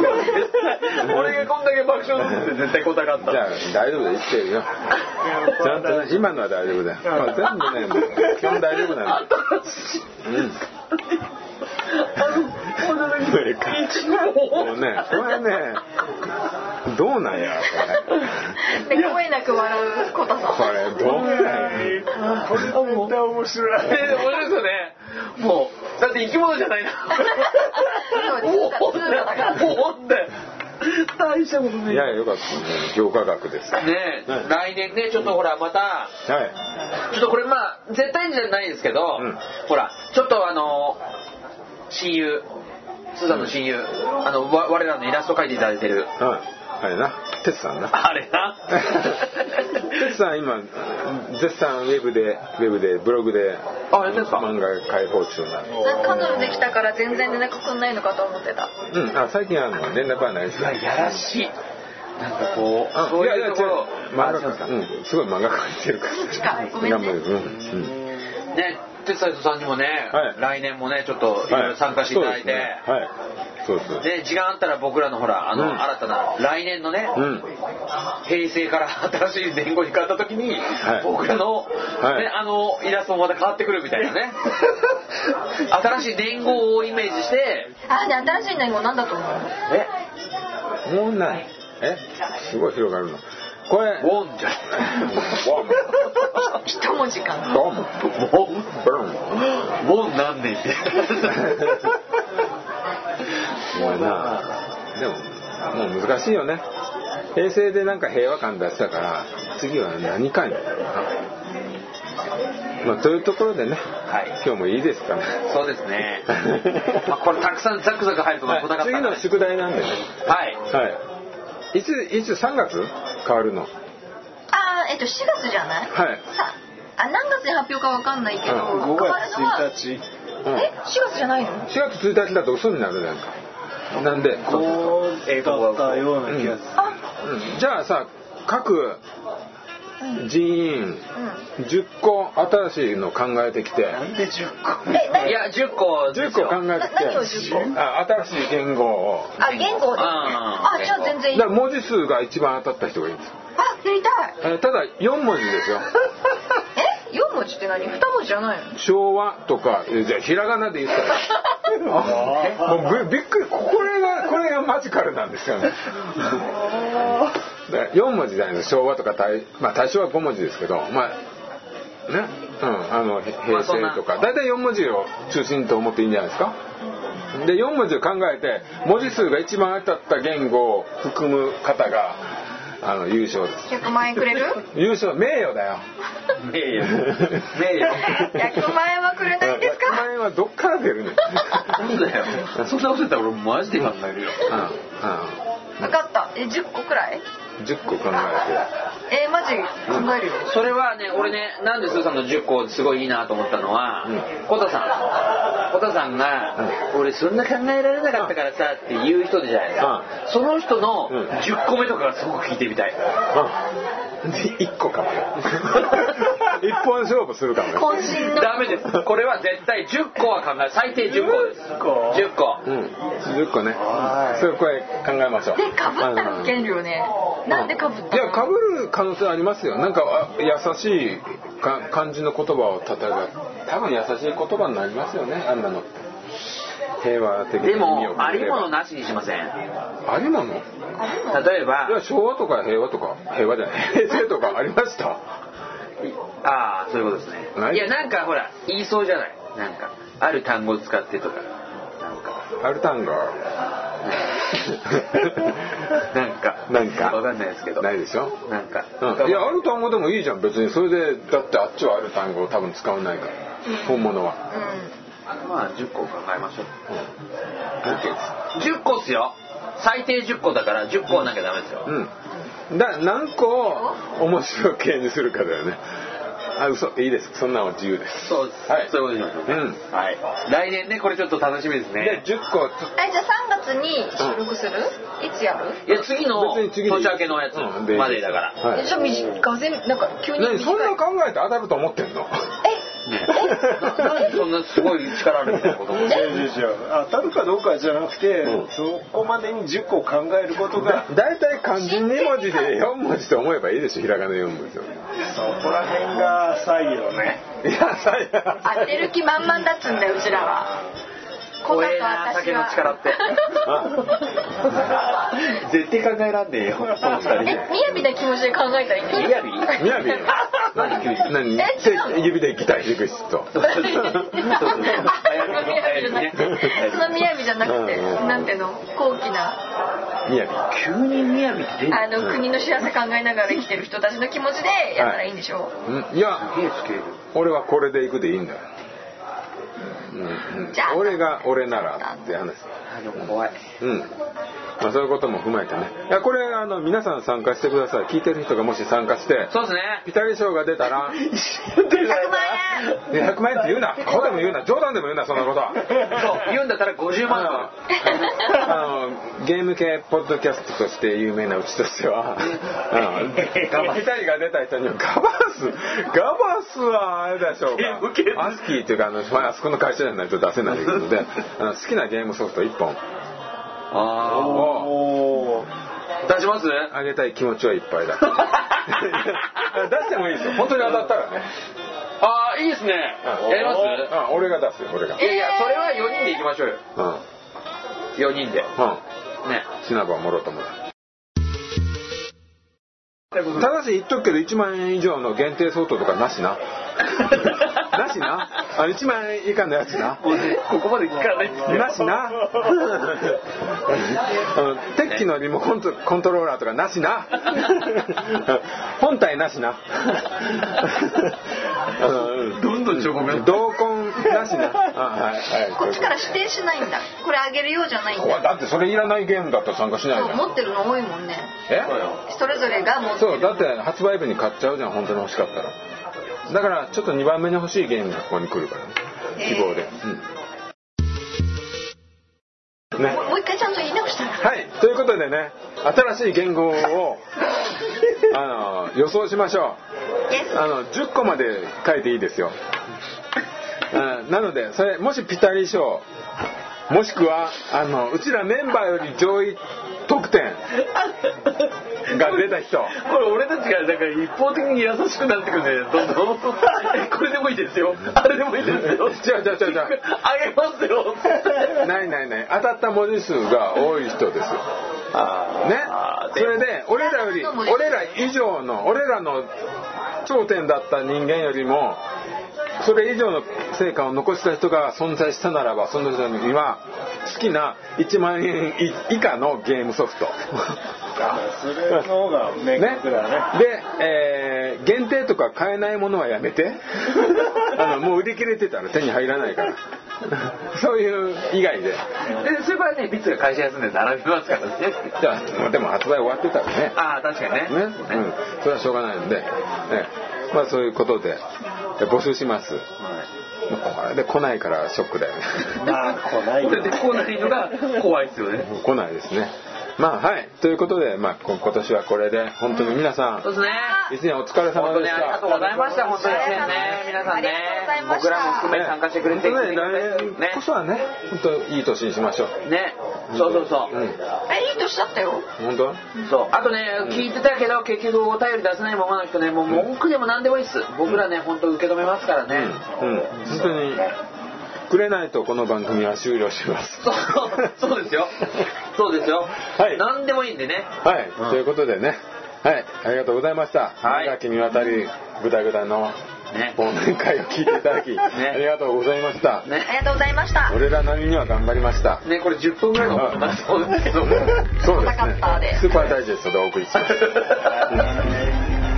俺がこんだけ爆笑してて絶対こたかっ
じゃ
た。
あ大丈夫だよ生きてるよちゃんとね今のは大丈夫だよ、まあ、全部ね基本大丈夫なのうんそれか
一応
もうねこれねどうなんやこれ
で声なく笑うコタ
こ
さん
れどうなんや
これ絶対面白い
ね、面白いですよね。もう、だって生き物じゃないな。
そう
おお
通貨通貨だから
おおって。大したことないい。
やよかったね評価額ですは
ねえ、
うん
来年ね、ちょっとほら、また、ち
い
ょっとこれまあ、絶対じゃないですけど、
うん
ほら、ちょっとあの、親友、スーザンの親友、あの、わ我らのイラスト描いていただいてる、
うんあれなテツさんな
あれ な。
テツさん今絶賛ウェブでウェブでブログで
あ、れですか
漫画開放中なの
それ彼女できたから全然連絡くんないのかと思ってた
うんあ最近あの連絡はないです
うわやらしい。なんかこう、
あ
そういうところ、
漫
あ
画
そうですか
家うんすごい漫画描いてるから
そっちかごめん
頑
ね
張るうんうん
ね、テツサイトさんにもね、
はい
来年もね、ちょっといろい
は
ろ参加していただいて、
そうですねはいそうです
で時間あったら僕らのほらあの、
うん
新たな来年のね、
うん
平成から 新しい年号に変わった時に、
はい
僕らの、
い
ね、あのイラストもまた変わってくるみたいな ね新しい年号をイメージして
あで新しい年号なんだと思う
え
もうないえすごい広がるのこれ
ウォンじゃない
一文字か
ボンボン
ウォン
ボ
ウ
ン
ォンなんねんって
もうなでももう難しいよね平成でなんか平和感出したから次は何かになるなまあというところでね
はい
今日もいいですかね
そうです ねまあこれたくさんザクザク入ると思うなかった
次
から
の宿題なんでね
はい
はいいついつ3月変わるの
あーえっと4月じゃな
は
い
い
さあ何月に発表かわかんないけど変
5
わるのは
月1日
うん
え4月じゃないの
4月1日だと嘘になるじゃんかなんで
こうだったような気がする
あ
うんじゃあさ各ジーン10個新しいの考えてきて
なんで10個
え何
いや10個
10個考えて
な何を
き
10個
てあ新しい言語を
あ言語ですね
あ
あじゃあ全然い
だ
い
か
あ
ら文字数が一番当たった人がいいんです
やりたい
えーただ4文字ですよ
え四文字って何二文字じゃないの
昭和とかえーじゃあひらがなで言った らあもうびびっくりこれがこれがマジカルなんですよねだから4文字じゃないです昭和とか大,、まあ、大正は5文字ですけどまあねうん、あのへ
ま
平
あそんな
成とか大体4文字を中心と思っていいんじゃないですかで4文字を考えて文字数が一番当たった言語を含む方があの優勝です
100万円くれる
優勝名誉だよ
名誉名 誉
100万円はくれないんです
100
か
万円はどっから出るのう
な
ん
んだよそんなこと言ったら俺マジで考えるよ
分かったえ10個くらい
うん10個考え
えー、マジ考えるよ
それはね俺ねなんでスーさんの10個すごいいいなと思ったのは
う
コタさんコタさんが「俺そんな考えられなかったからさ」って言う人じゃないですかその人の
うん
10個目とかがすごく聞いてみたい
てうん1個かもよ一本勝負するかもよ
渾身の
ダメですこれは絶対10個は考え最低10個です10個
うん10個ね
はい
それこれ考えましょう
でかぶったら受けるよねなんでかぶったの
いやかぶる可能性ありますよなんかあ優しいか感じの言葉をたたが多分優しい言葉になりますよねあんなの平和的な
で
意味を
もありものなしにしません
ありもの
例えば
いや昭和とか平和とか平和じゃない 平成とかありました
ああそういうことです
な
ね
い
いやなんかほら言いそうじゃないなんかある単語を使ってとかなんか
アルタンガ
なんか
なんか
わかんないですけど
ないでしょ、
なんか、
うん、いやある単語でもいいじゃん別にそれでだってあっちはある単語を多分使わないから本物は
う
まあ10個考えましょう、10個っすよ最低10個だから10個はなきゃダメですよ、
うんだ何個を面白い系にするかだよねあ嘘いいですそんなんは自由です
そうです、
はい
そういうことにしましょうね、
うん
はい来年ねこれちょっと楽しみです
で
ね
10個つ
んえじゃあ3月に収録するいつやる
いや次の
別に次
年
でいい
明けのやつ
うんで
までだから、
はい
じゃあ短全なんか急に短い
何そんなの考えて当たると思ってんの
ねななんで そんなすごい力あるみたいなこと
いやいやいや当たるかどうかじゃなくて、
うん
そこまでに10個考えることが
だ大体漢字2文字で4文字と思えばいいでしょひらがな4文字を
そこら辺が採用ね
いや最悪
当てる気満々だっつんだようちらはこ
怖
だ
え
と
な
私
酒
は
の力って絶対考えらんねえよこの2人
えみやびな気持ちで考えたらいいんだよ
みやび
み やび
何急に
何
え違う
手指でギター弾く人と
そうそうそう
そのみやびじゃなくて、なんていうの高貴な
みやび
急にみやびって出る
あの国の幸せ考えながら生きてる人たちの気持ちでやったらいいんでしょ う、
うんいや
すげえスケール
俺はこれで行くでいいんだよ、うんうん
じゃあ
俺が俺ならって話
あでも怖い
うんまあ、そういうことも踏まえてねいやこれあの皆さん参加してください聞いてる人がもし参加して
そうですね
ピタリ賞が出た ら
100万円
で100万円って言うなここでも言うな冗談でも言うなそんな ことは
そう言うんだったら50万
あのゲーム系ポッドキャストとして有名なうちとしては、うん、ピタリが出た人にはガバースガバースはあれでしょうかアスキーっていうかあの、まああそこの会社じゃないと出せないのであの好きなゲームソフト1本
あ
を
おお
あ出します
あげたい気持ちはいっぱ いだ出してもいいですよ本当に当たったらね、
ああいいですね
うん
やります
うん、俺が出すよ俺が
いやいやそれは4人で行きましょう
うんうん
よ4人でね
シナバもろともだただし言っとくけど1万円以上の限定相当とかなしななしなあ1万円以下のやつな
ここまで聞かない
なし なあの鉄器のリモコントコントローラーとかなしな 本体なしなあのう ん
どんどんちょこめ
同梱なしなあはいはい
こっちから指定しないんだこれあげるようじゃないん
これ
だ
だってそれいらないゲームだったら参加しないじ
そう
ゃ
持
ん
ってるの多いもんね
え
それぞれが持って
そ
る
うだって発売日に買っちゃうじゃん本当に欲しかったらだからちょっと2番目に欲しいゲームがここに来るからね希望で、うんね
もう一回ちゃんと言い直したら
はいということでね新しい言語をあの予想しましょ
です
うあの10個まで書いていいですよあなのでそれもしピタリ賞もしくはあのうちらメンバーより上位得点が出た人
これ俺たちがなんか一方的に優しくなってくるねどんどんえこれでもいいですよあれでもいいですよ
違う違う違う違う
あげます よ
ないないない当たった文字数が多い人ですよね
あー
それで俺らより俺ら以上の俺らの頂点だった人間よりもそれ以上の成果を残した人が存在したならばその人には好きな1万円以以下のゲームソ フト
それの方が明確だね
で、えー限定とか買えないものはやめ てあのもう売り切れてたら手に入らないから そういう以外で
でそういう場合ねビッツが会社休んで並びますからね
いやでも発売終わってたらね
ああ確かにね
ね、うん、それはしょうがないので、ね、まあそういうことでで募集します、もうこれで来ないからショックだよね
まあ来ないよ
これでこうないのが怖いですよね
もう来ないですねまあはいということで、まあ、こ今年はこれで本当に皆さ
そうですね
んいつにお疲れ様
本当
で
に
し
ありがと
た
うございました本当にね皆さんね僕らも含め参加してくれて
ね本当ね来年
ね
こそはね本当いい年にしましょう
ねそうそうそう、
うん
えいい年だったよ
本当
そうあとね、聞いてたけど結局お便り出せないままの人ねもう文句でも何でもいいっす僕らね本当受け止めますからね、
うん、うん、本当にくれないとこの番組は終了します
そうそうですよそうですよ、
はい
何でもいいんでね
はい、
うん
ということでね、はい、ありがとうございました。
はい
長きにわたり、ぐだぐだの
ね
忘年会を聞いていた だき、ありがとうございました。
ね
ありがとうございました
俺らなりには頑張りました。
ねこれ10分ぐらいのことになりそうですけども
そうです
硬かったで
ね。スーパーダイジェストでお送りします。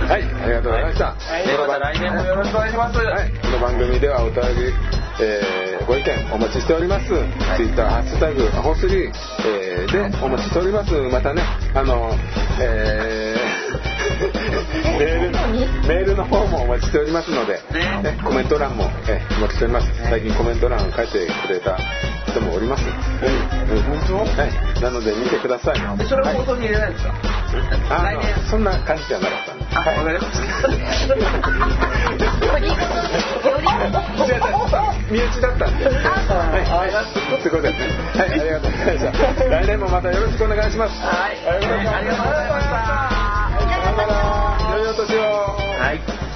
はい、ありがとうございました。
はい
この
また
番
来年もよろしくお願いします、
はい、この番組ではお便り、えーご意見お待ちしております。ツイッターハッシュタグアホスリー、えーでお待ちしております。またね、あの、え ーメールメールの方もお待ちしておりますので、
ね
ねコメント欄も、えーお待ちしております。最近コメント欄を書いてくれた人もおります。うんはい、なので見てください。
でそれ
はい
は放送に入れないんですか、
あ
来
の
年
そんな感じじゃなかった の。
あ、わかりました
違う違う
よりより
身内だったんで。はい、はい、ということで、はい、ありがとうございました。来年もまたよろしくお願いします。
はい、ありがとうございました。
さようなら、良いお年を。
はい。